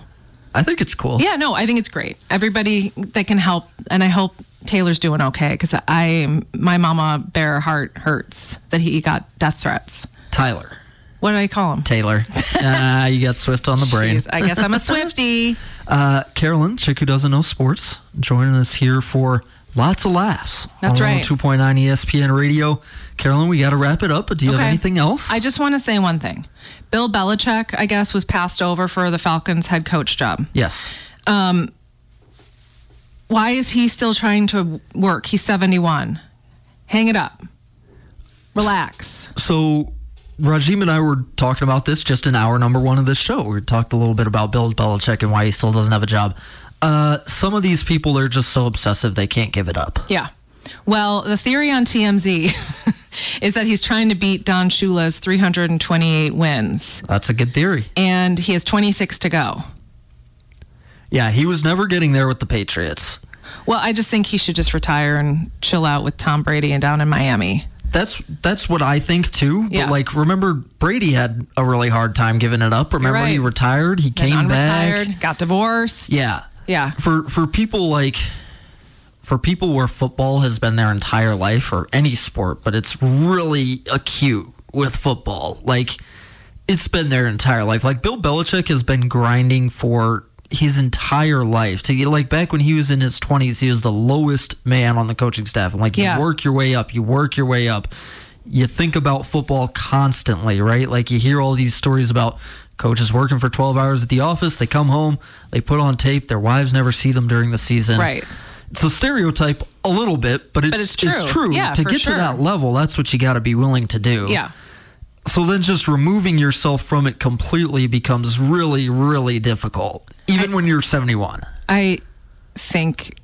Speaker 2: I think it's cool.
Speaker 3: Yeah, no, I think it's great. Everybody that can help, and I hope Taylor's doing okay because I, my mama bear heart hurts that he got death threats.
Speaker 2: Tyler.
Speaker 3: What did I call him?
Speaker 2: Taylor. Ah, you got Swift on the brain.
Speaker 3: Jeez, I guess I'm a Swifty.
Speaker 2: Uh, Carolyn, chick who doesn't know sports, joining us here for lots of laughs.
Speaker 3: That's
Speaker 2: on oh
Speaker 3: right.
Speaker 2: 2.9 ESPN Radio. Carolyn, we got to wrap it up. But do you have
Speaker 3: Okay.
Speaker 2: anything else?
Speaker 3: I just want to say one thing. Bill Belichick, I guess, was passed over for the Falcons head coach job.
Speaker 2: yes.
Speaker 3: Why is he still trying to work? He's 71. Hang it up. Relax.
Speaker 2: So Rajim and I were talking about this just in hour number one of this show. We talked a little bit about Bill Belichick and why he still doesn't have a job. Uh, some of these people are just so obsessive they can't give it up.
Speaker 3: Yeah. Well, the theory on TMZ is that he's trying to beat Don Shula's 328 wins,
Speaker 2: That's a good theory.
Speaker 3: and he has 26 to go.
Speaker 2: Yeah, he was never getting there with the Patriots.
Speaker 3: Well, I just think he should just retire and chill out with Tom Brady and down in Miami.
Speaker 2: That's that's what I think too.
Speaker 3: Yeah.
Speaker 2: But like, remember Brady had a really hard time giving it up. Remember he
Speaker 3: right.
Speaker 2: retired. He
Speaker 3: Then
Speaker 2: came back.
Speaker 3: unretired, got divorced.
Speaker 2: Yeah.
Speaker 3: Yeah.
Speaker 2: For for people like for people where football has been their entire life or any sport, but it's really acute with football. Like it's been their entire life. Like Bill Belichick has been grinding for his entire life to get like back when he was in his 20s he was the lowest man on the coaching staff and like
Speaker 3: Yeah.
Speaker 2: you work your way up you work your way up you think about football constantly right like you hear all these stories about coaches working for 12 hours at the office they come home they put on tape their wives never see them during the season
Speaker 3: Right.
Speaker 2: it's a stereotype a little bit, but it's,
Speaker 3: it's true. Yeah,
Speaker 2: to
Speaker 3: for
Speaker 2: get
Speaker 3: sure.
Speaker 2: to that level, that's what you got to be willing to do.
Speaker 3: Yeah.
Speaker 2: So then just removing yourself from it completely becomes really, really difficult, even when you're 71.
Speaker 3: I think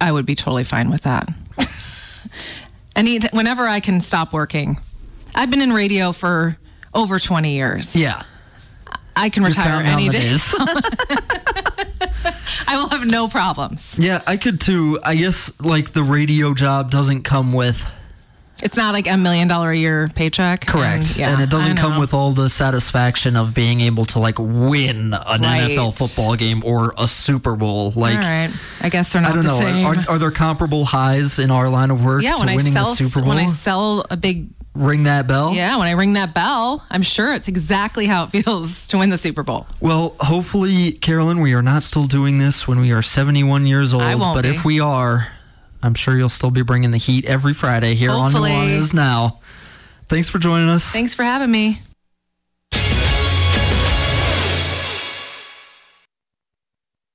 Speaker 3: I would be totally fine with that. Any whenever I can stop working. I've been in radio for over 20 years.
Speaker 2: Yeah.
Speaker 3: I can retire
Speaker 2: Counting on
Speaker 3: any
Speaker 2: the
Speaker 3: day.
Speaker 2: days.
Speaker 3: I will have no problems.
Speaker 2: yeah, I could too. I guess like the radio job doesn't come with
Speaker 3: It's not like a million dollar a year paycheck.
Speaker 2: correct, and,
Speaker 3: yeah,
Speaker 2: it doesn't
Speaker 3: I
Speaker 2: come
Speaker 3: know.
Speaker 2: with all the satisfaction of being able to like win an
Speaker 3: Right.
Speaker 2: NFL football game or a Super Bowl. Like
Speaker 3: All right. I guess they're not
Speaker 2: I don't
Speaker 3: the
Speaker 2: know.
Speaker 3: same.
Speaker 2: Are, are there comparable highs in our line of work
Speaker 3: yeah,
Speaker 2: to
Speaker 3: when I
Speaker 2: winning
Speaker 3: sell
Speaker 2: the Super Bowl? Oh.
Speaker 3: when I sell a big
Speaker 2: Ring that bell.
Speaker 3: yeah, when I ring that bell, I'm sure it's exactly how it feels to win the Super Bowl.
Speaker 2: Well, hopefully, Carolyn, we are not still doing this when we are 71 years old.
Speaker 3: I won't
Speaker 2: but
Speaker 3: be.
Speaker 2: if we are, I'm sure you'll still be bringing the heat every Friday here
Speaker 3: Hopefully.
Speaker 2: on Nuanas Now. Thanks for joining us.
Speaker 3: Thanks for having me.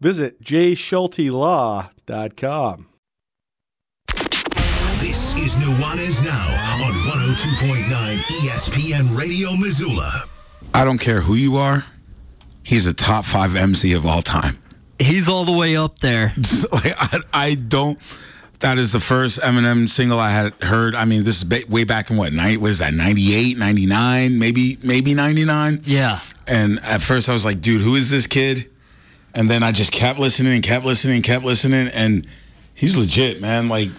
Speaker 4: Visit jshultelaw.com.
Speaker 1: This is Nuanez Now on 102.9 ESPN Radio Missoula.
Speaker 5: I don't care who you are. He's a top five MC of all time.
Speaker 2: He's all the way up there.
Speaker 5: like, I, I don't. That is the first Eminem single I had heard. I mean, this is ba- way back in what night was that? 98, 99, maybe maybe 99.
Speaker 2: Yeah.
Speaker 5: And at first I was like, dude, who is this kid? And then I just kept listening and kept listening and kept listening. And he's legit, man. Like,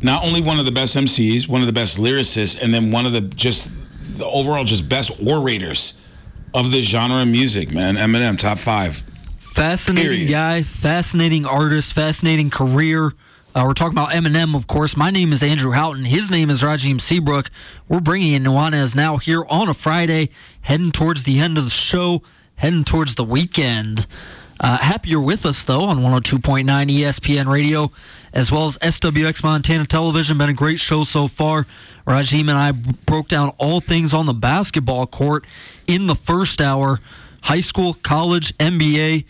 Speaker 5: not only one of the best MCs, one of the best lyricists, and then one of the just the overall just best orators of the genre of music, man. Eminem, top five.
Speaker 2: Fascinating
Speaker 5: Period.
Speaker 2: guy, fascinating artist, fascinating career. Uh, we're talking about Eminem, of course. My name is Andrew Houghton. His name is Rajim Seabrook. We're bringing in Nuanez now here on a Friday, heading towards the end of the show, heading towards the weekend. Uh, happy you're with us, though, on 102.9 ESPN Radio, as well as SWX Montana Television. Been a great show so far. Rajim and I b- broke down all things on the basketball court in the first hour high school, college, NBA.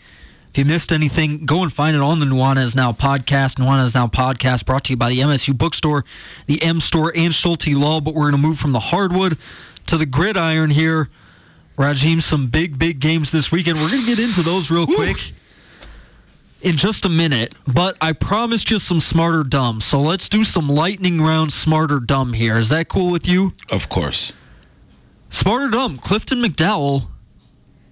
Speaker 2: If you missed anything, go and find it on the Nuana is Now podcast. Nuana is Now podcast brought to you by the MSU Bookstore, the M Store, and Schulte Law. But we're going to move from the hardwood to the gridiron here. Rajim, some big, big games this weekend. We're going to get into those real quick in just a minute. But I promised you some smarter dumb. So let's do some lightning round smarter dumb here. Is that cool with you?
Speaker 5: Of course.
Speaker 2: Smarter dumb, Clifton McDowell,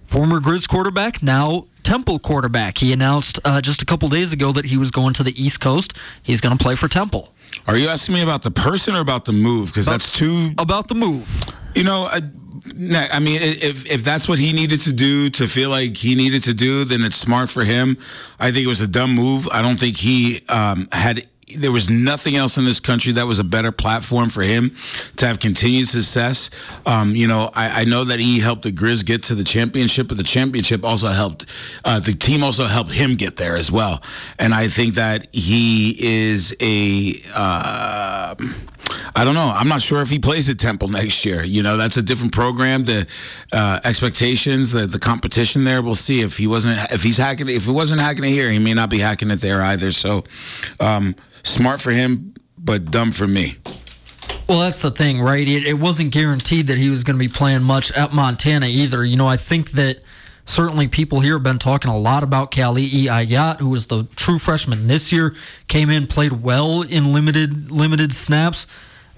Speaker 2: former Grizz quarterback, now Temple quarterback. He announced uh, just a couple days ago that he was going to the East Coast. He's going to play for Temple.
Speaker 5: Are you asking me about the person or about the move? Because that's two
Speaker 2: About the move,
Speaker 5: You know, I, nah, I mean, i- if if that's what he needed to do to feel like he needed to do, then it's smart for him. I think it was a dumb move. I don't think he um, had. There was nothing else in this country that was a better platform for him to have continued success. Um, you know, I, I know that he helped the Grizz get to the championship, but the championship also helped uh, the team also helped him get there as well. And I think that he is a. Uh, I don't know. I'm not sure if he plays at Temple next year. You know, that's a different program. The uh, expectations, the, the competition there. We'll see if he wasn't if he's hacking if he wasn't hacking it here, he may not be hacking it there either. So um, smart for him, but dumb for me.
Speaker 2: Well, that's the thing, right? It, it wasn't guaranteed that he was going to be playing much at Montana either. You know, I think that certainly people here have been talking a lot about Kali'i Ayat, who was the true freshman this year, came in, played well in limited limited snaps.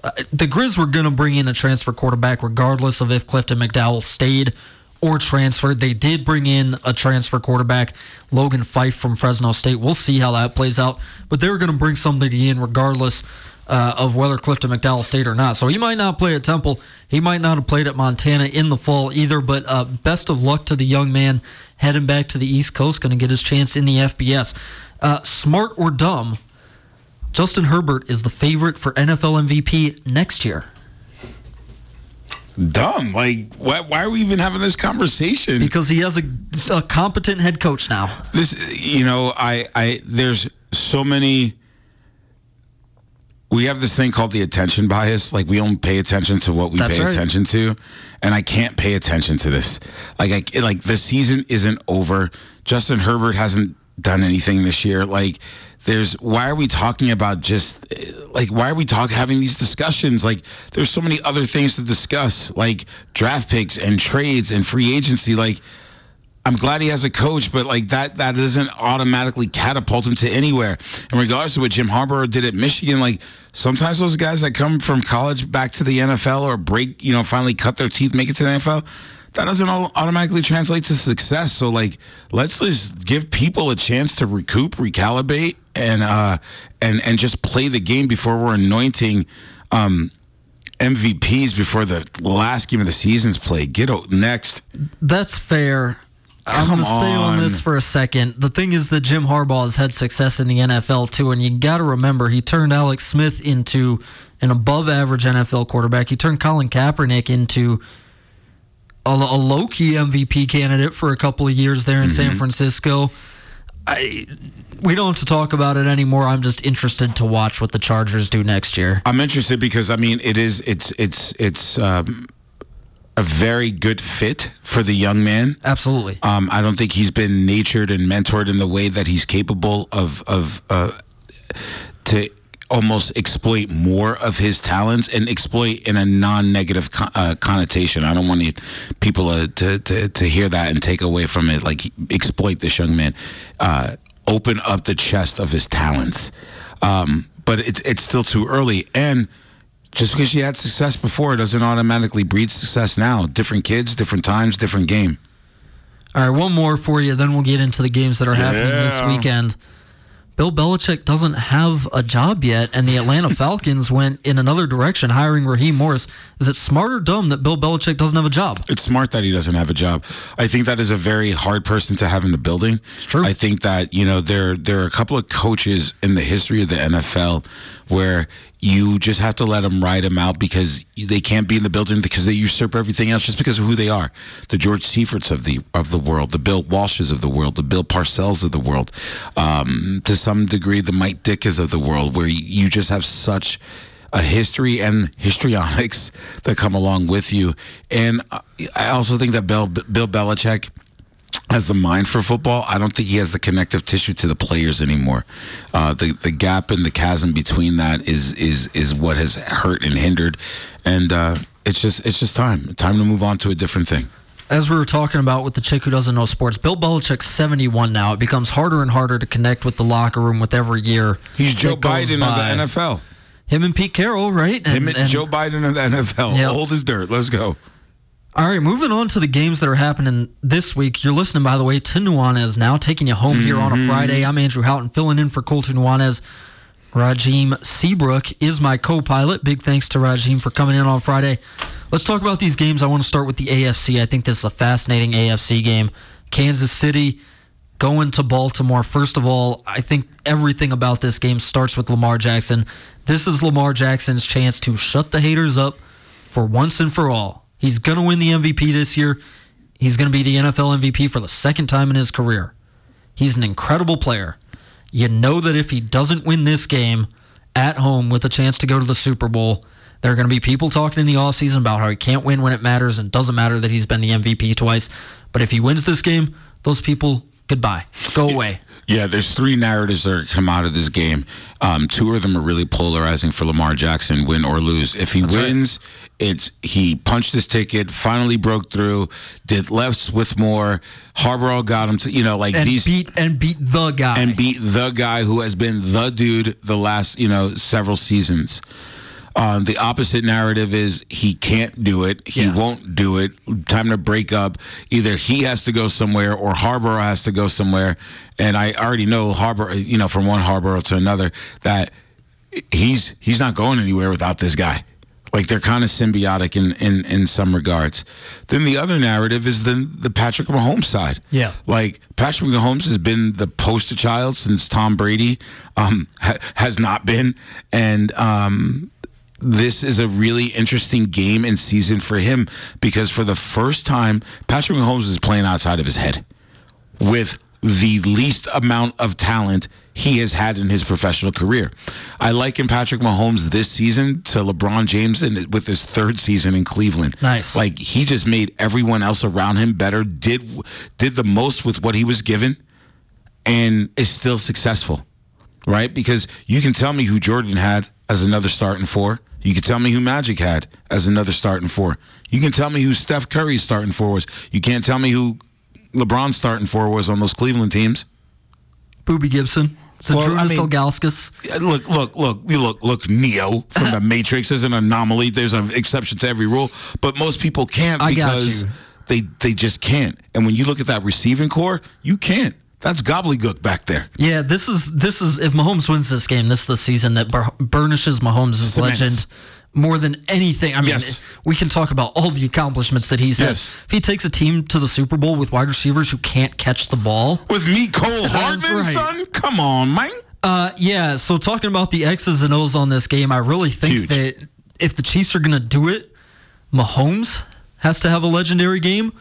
Speaker 2: Uh, the Grizz were going to bring in a transfer quarterback, regardless of if Clifton McDowell stayed or transferred. They did bring in a transfer quarterback, Logan Fife from Fresno State. We'll see how that plays out. But they were going to bring somebody in regardless uh, of whether Clifton McDowell stayed or not. So he might not play at Temple. He might not have played at Montana in the fall either. But uh, best of luck to the young man heading back to the East Coast, going to get his chance in the FBS. Uh, smart or dumb, Justin Herbert is the favorite for NFL MVP next year.
Speaker 5: Dumb. Like, why, why are we even having this conversation?
Speaker 2: because he has a, a competent head coach now.
Speaker 5: this you know i i there's so many we have this thing called the attention bias like we only pay attention to what we
Speaker 2: That's
Speaker 5: pay
Speaker 2: right.
Speaker 5: attention to and i can't pay attention to this like i like the season isn't over justin herbert hasn't done anything this year like there's why are we talking about just like why are we talk having these discussions like there's so many other things to discuss like draft picks and trades and free agency like I'm glad he has a coach, but like that that doesn't automatically catapult him to anywhere. And regards to what Jim Harbaugh did at Michigan, like sometimes those guys that come from college back to the NFL or break, you know, finally cut their teeth, make it to the NFL, that doesn't all automatically translate to success. So like let's just give people a chance to recoup, recalibrate, and uh and and just play the game before we're anointing um MVPs before the last game of the season's played. Get out next.
Speaker 2: That's fair. I'm
Speaker 5: Come
Speaker 2: gonna stay on this
Speaker 5: on.
Speaker 2: for a second. The thing is that Jim Harbaugh has had success in the NFL too, and you got to remember he turned Alex Smith into an above-average NFL quarterback. He turned Colin Kaepernick into a, a low-key MVP candidate for a couple of years there in
Speaker 5: Mm-hmm.
Speaker 2: San Francisco. I we don't have to talk about it anymore. I'm just interested to watch what the Chargers do next year.
Speaker 5: I'm interested because I mean it is it's it's it's um, a very good fit for the young man.
Speaker 2: Absolutely.
Speaker 5: Um, I don't think he's been natured and mentored in the way that he's capable of of uh, to almost exploit more of his talents and exploit in a non-negative co- uh, connotation. I don't want any people uh, to, to to hear that and take away from it. Like exploit this young man, uh, open up the chest of his talents. Um, but it's it's still too early and. Just because you had success before doesn't automatically breed success now. Different kids, different times, different game.
Speaker 2: All right, one more for you, then we'll get into the games that are happening this weekend. Bill Belichick doesn't have a job yet, and the Atlanta Falcons went in another direction, hiring Raheem Morris. Is it smart or dumb that Bill Belichick doesn't have a job?
Speaker 5: it's smart that he doesn't have a job. I think that is a very hard person to have in the building. It's
Speaker 2: true.
Speaker 5: I think that you know there there are a couple of coaches in the history of the NFL where you just have to let them ride them out because they can't be in the building because they usurp everything else just because of who they are. The George Seiferts of the of the world, the Bill Walshes of the world, the Bill Parcells of the world, um, to some degree the Mike Dickas of the world, where you- you just have such a history and histrionics that come along with you. And uh, I also think that Bill, Bill Belichick has the mind for football. I don't think he has the connective tissue to the players anymore. Uh, the the gap and the chasm between that is is is what has hurt and hindered. And uh, it's just it's just time time to move on to a different thing.
Speaker 2: As we were talking about with the chick who doesn't know sports, Bill Belichick's 71 now. It becomes harder and harder to connect with the locker room with every year.
Speaker 5: He's Joe
Speaker 2: that goes
Speaker 5: Biden
Speaker 2: by.
Speaker 5: of the NFL.
Speaker 2: Him and Pete Carroll, right?
Speaker 5: Him
Speaker 2: And-
Speaker 5: and,
Speaker 2: and-
Speaker 5: Joe Biden of the NFL.
Speaker 2: Yep.
Speaker 5: Old as dirt. Let's go.
Speaker 2: All right, moving on to the games that are happening this week. You're listening, by the way, to Nuanez now, taking you home here on a Friday. I'm Andrew Houghton, filling in for Colton Nuanez. Rajim Seabrook is my co pilot. Big thanks to Rajim for coming in on Friday. Let's talk about these games. I want to start with the AFC. I think this is a fascinating AFC game. Kansas City going to Baltimore. First of all, I think everything about this game starts with Lamar Jackson. This is Lamar Jackson's chance to shut the haters up for once and for all. He's going to win the MVP this year. He's going to be the NFL MVP for the second time in his career. He's an incredible player. You know that if he doesn't win this game, at home with a chance to go to the Super Bowl. There are going to be people talking in the offseason about how he can't win when it matters and it doesn't matter that he's been the MVP twice. But if he wins this game, those people, goodbye. Go away.
Speaker 5: Yeah, there's three narratives that come out of this game. Um, two of them are really polarizing for Lamar Jackson, win or lose. If he wins, it's he punched his ticket, finally broke through, did less with more. Harbaugh got him to you know like
Speaker 2: And
Speaker 5: these
Speaker 2: beat and beat the guy.
Speaker 5: and beat the guy who has been the dude the last you know several seasons. Um, the opposite narrative is he can't do it. He
Speaker 2: Yeah.
Speaker 5: won't do it. Time to break up. Either he has to go somewhere or Harbaugh has to go somewhere. And I already know Harbaugh, you know, from one Harbaugh to another, that he's he's not going anywhere without this guy. Like they're kind of symbiotic in, in, in some regards. Then the other narrative is then the Patrick Mahomes side.
Speaker 2: Yeah.
Speaker 5: Like Patrick Mahomes has been the poster child since Tom Brady um, ha- has not been, and um, this is a really interesting game and season for him because for the first time, Patrick Mahomes is playing outside of his head with the least amount of talent he has had in his professional career. I liken Patrick Mahomes this season to LeBron James in, with his third season in Cleveland.
Speaker 2: Nice.
Speaker 5: Like he just made everyone else around him better, did did the most with what he was given and is still successful. Right? Because you can tell me who Jordan had as another starting four. You can tell me who Magic had as another starting four. You can tell me who Steph Curry's starting four was. You can't tell me who LeBron's starting four was on those Cleveland teams.
Speaker 2: Booby Gibson.
Speaker 5: Well, I
Speaker 2: Zadrunas
Speaker 5: mean-
Speaker 2: Ilgauskas.
Speaker 5: Uh, Look, look, look, you look, look, Neo from the Matrix is an anomaly. There's an exception to every rule, but most people can't
Speaker 2: I got
Speaker 5: because
Speaker 2: you.
Speaker 5: they they just can't. And when you look at that receiving core, you can't. That's gobbledygook back there.
Speaker 2: Yeah, this is this is if Mahomes wins this game, this is the season that bur- burnishes Mahomes'
Speaker 5: Cements.
Speaker 2: legend more than anything. I mean,
Speaker 5: Yes.
Speaker 2: we can talk about all the accomplishments that he's had.
Speaker 5: Yes.
Speaker 2: If he takes a team to the Super Bowl with wide receivers who can't catch the ball,
Speaker 5: With me, Cole
Speaker 2: That's
Speaker 5: Hardman,
Speaker 2: right.
Speaker 5: son? Come on, man.
Speaker 2: Uh, yeah. So talking about the X's and O's on this game, I really think
Speaker 5: Huge.
Speaker 2: that if the Chiefs are going to do it, Mahomes has to have a legendary game,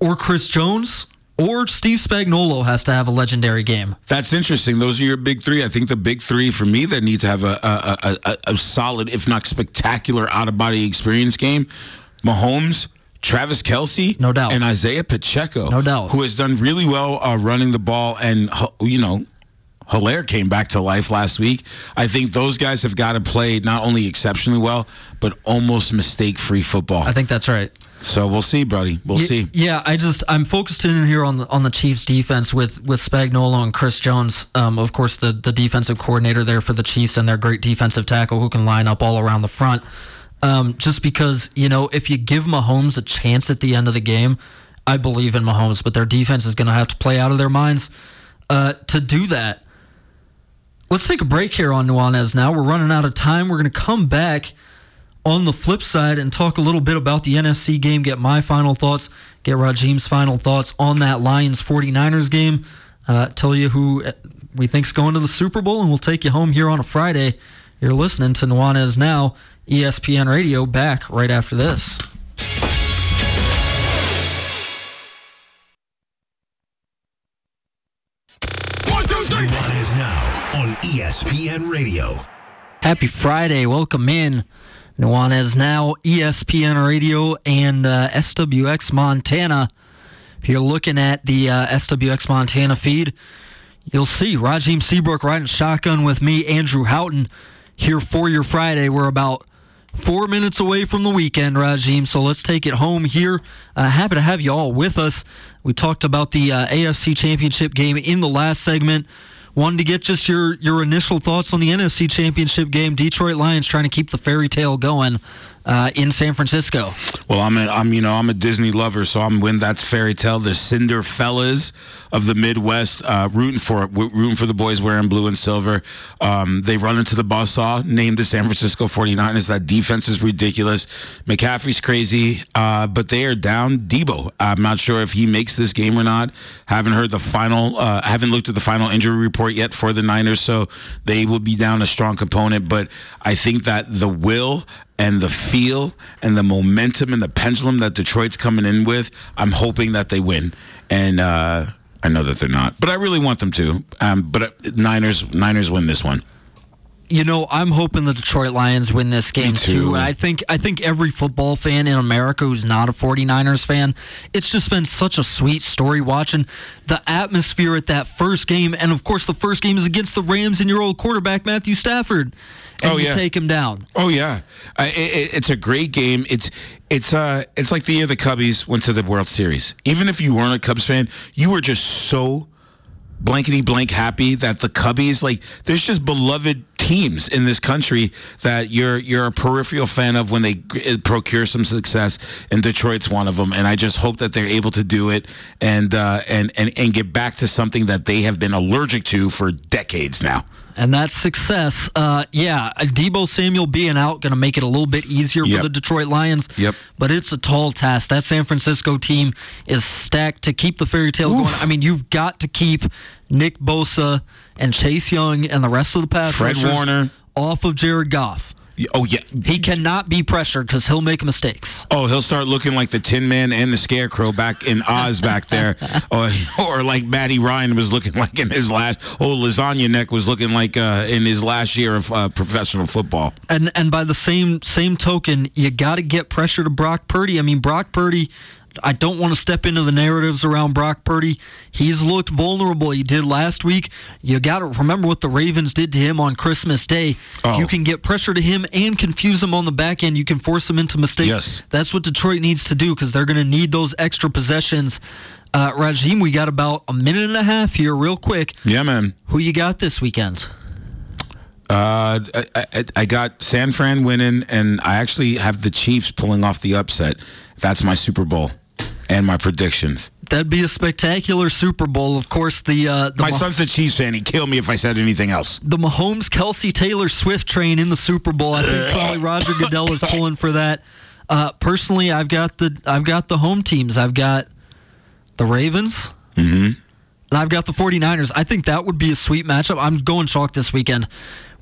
Speaker 2: or Chris Jones, or Steve Spagnuolo has to have a legendary game.
Speaker 5: That's interesting. Those are your big three. I think the big three for me that need to have a a, a, a, a solid, if not spectacular, out of body experience game. Mahomes, Travis Kelsey,
Speaker 2: No doubt.
Speaker 5: and Isaiah Pacheco,
Speaker 2: No doubt.
Speaker 5: who has done really well uh, running the ball, and hu- you know. Hilaire came back to life last week. I think those guys have got to play not only exceptionally well, but almost mistake free football.
Speaker 2: I think that's right.
Speaker 5: so we'll see, buddy. We'll
Speaker 2: Y-
Speaker 5: see.
Speaker 2: Yeah, I just I'm focused in here on the, on the Chiefs defense with with Spagnuolo and Chris Jones. Um, of course, the the defensive coordinator there for the Chiefs and their great defensive tackle who can line up all around the front. Um, just because you know if you give Mahomes a chance at the end of the game, I believe in Mahomes, but their defense is going to have to play out of their minds uh, to do that. Let's take a break here on Nuanez now. We're running out of time. We're going to come back on the flip side and talk a little bit about the NFC game, get my final thoughts, get Rajim's final thoughts on that Lions 49ers game, uh, tell you who we think's going to the Super Bowl, and we'll take you home here on a Friday. You're listening to Nuanez Now, E ESPN Radio, back right after this.
Speaker 1: One, two, three. Nuan is now on E ESPN Radio.
Speaker 2: Happy Friday. Welcome in. Nuanez Now, E ESPN Radio, and uh, SWX Montana. If you're looking at the uh, SWX Montana feed, you'll see Rajim Seabrook riding shotgun with me, Andrew Houghton, here for your Friday. We're about four minutes away from the weekend, Rajim, so let's take it home here. Uh, happy to have you all with us. We talked about the uh, AFC Championship game in the last segment. Wanted to get just your, your initial thoughts on the NFC Championship game. Detroit Lions trying to keep the fairy tale going uh, in San Francisco.
Speaker 5: Well, I'm a, I'm you know I'm a Disney lover, so I'm when that's fairy tale. The Cinder Fellas of the Midwest uh, rooting for it, w- rooting for the boys wearing blue and silver. Um, they run into the buzzsaw, named the San Francisco 49ers. That defense is ridiculous. McCaffrey's crazy, uh, but they are down. Debo, I'm not sure if he makes this game or not. Haven't heard the final. Uh, haven't looked at the final injury report yet for the Niners, so they will be down a strong component. But I think that the will and the feel and the momentum and the pendulum that Detroit's coming in with, I'm hoping that they win. And uh, I know that they're not, but I really want them to. Um, but uh, Niners, Niners win this one.
Speaker 2: you know, I'm hoping the Detroit Lions win this game
Speaker 5: too.
Speaker 2: too. And I think I think every football fan in America who's not a 49ers fan, it's just been such a sweet story watching the atmosphere at that first game. And of course, the first game is against the Rams and your old quarterback Matthew Stafford, and
Speaker 5: Oh,
Speaker 2: you
Speaker 5: yeah.
Speaker 2: take him down.
Speaker 5: Oh yeah, I, it, it's a great game. It's it's uh it's like the year the Cubbies went to the World Series. Even if you weren't a Cubs fan, you were just so blankety blank happy that the Cubbies like there's just beloved teams in this country that you're you're a peripheral fan of when they g- procure some success and Detroit's one of them and I just hope that they're able to do it and uh, and and and get back to something that they have been allergic to for decades now.
Speaker 2: And that success, uh, yeah, Debo Samuel being out going to make it a little bit easier
Speaker 5: Yep.
Speaker 2: for the Detroit Lions.
Speaker 5: Yep.
Speaker 2: But it's a tall task. That San Francisco team is stacked to keep the fairy tale going. I mean, you've got to keep Nick Bosa and Chase Young and the rest of the pass
Speaker 5: Fred
Speaker 2: rushers
Speaker 5: Warner.
Speaker 2: off of Jared Goff.
Speaker 5: Oh yeah,
Speaker 2: He cannot be pressured because he'll make mistakes.
Speaker 5: Oh, he'll start looking like the Tin Man and the Scarecrow back in Oz back there, or, or like Matty Ryan was looking like in his last. Oh, lasagna neck was looking like uh, in his last year of uh, professional football.
Speaker 2: And and by the same same token, you got to get pressure to Brock Purdy. I mean, Brock Purdy. I don't want to step into the narratives around Brock Purdy. He's looked vulnerable. He did last week. You got to remember what the Ravens did to him on Christmas Day. If
Speaker 5: Oh.
Speaker 2: You can get pressure to him and confuse him on the back end. You can force him into mistakes.
Speaker 5: Yes.
Speaker 2: That's what Detroit needs to do because they're going to need those extra possessions. Uh, Rajim, we got about a minute and a half here, real quick.
Speaker 5: Yeah, man.
Speaker 2: Who you got this weekend?
Speaker 5: Uh, I, I, I got San Fran winning, and I actually have the Chiefs pulling off the upset. That's my Super Bowl and my predictions.
Speaker 2: That'd be a spectacular Super Bowl. Of course, the uh, the
Speaker 5: My
Speaker 2: Mah-
Speaker 5: son's a Chiefs fan. He'd kill me if I said anything else.
Speaker 2: the Mahomes Kelsey Taylor Swift train in the Super Bowl. I think probably Roger Goodell is pulling for that. Uh, personally, I've got the I've got the home teams. I've got the Ravens. Mm-hmm. And I've got the 49ers. I think that would be a sweet matchup. I'm going chalk this weekend.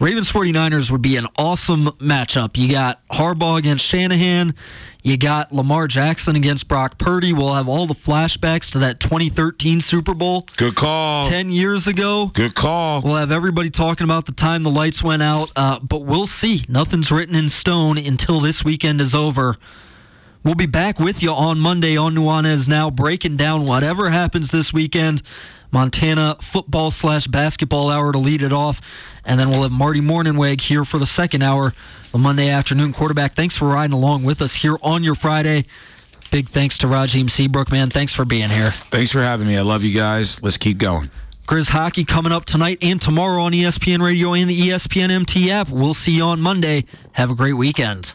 Speaker 2: Ravens 49ers would be an awesome matchup. You got Harbaugh against Shanahan. You got Lamar Jackson against Brock Purdy. We'll have all the flashbacks to that 2013 Super Bowl
Speaker 5: Good call.
Speaker 2: 10 years ago.
Speaker 5: Good call.
Speaker 2: We'll have everybody talking about the time the lights went out, uh, but we'll see. Nothing's written in stone until this weekend is over. We'll be back with you on Monday on Nuanez Now, breaking down whatever happens this weekend. Montana football slash basketball hour to lead it off. And then we'll have Marty Morningweg here for the second hour, the Monday afternoon quarterback. Thanks for riding along with us here on your Friday. Big thanks to Rajeem Seabrook, man. Thanks for being here.
Speaker 5: Thanks for having me. I love you guys. Let's keep going.
Speaker 2: Grizz hockey coming up tonight and tomorrow on E ESPN Radio and the E ESPN MT app. We'll see you on Monday. Have a great weekend.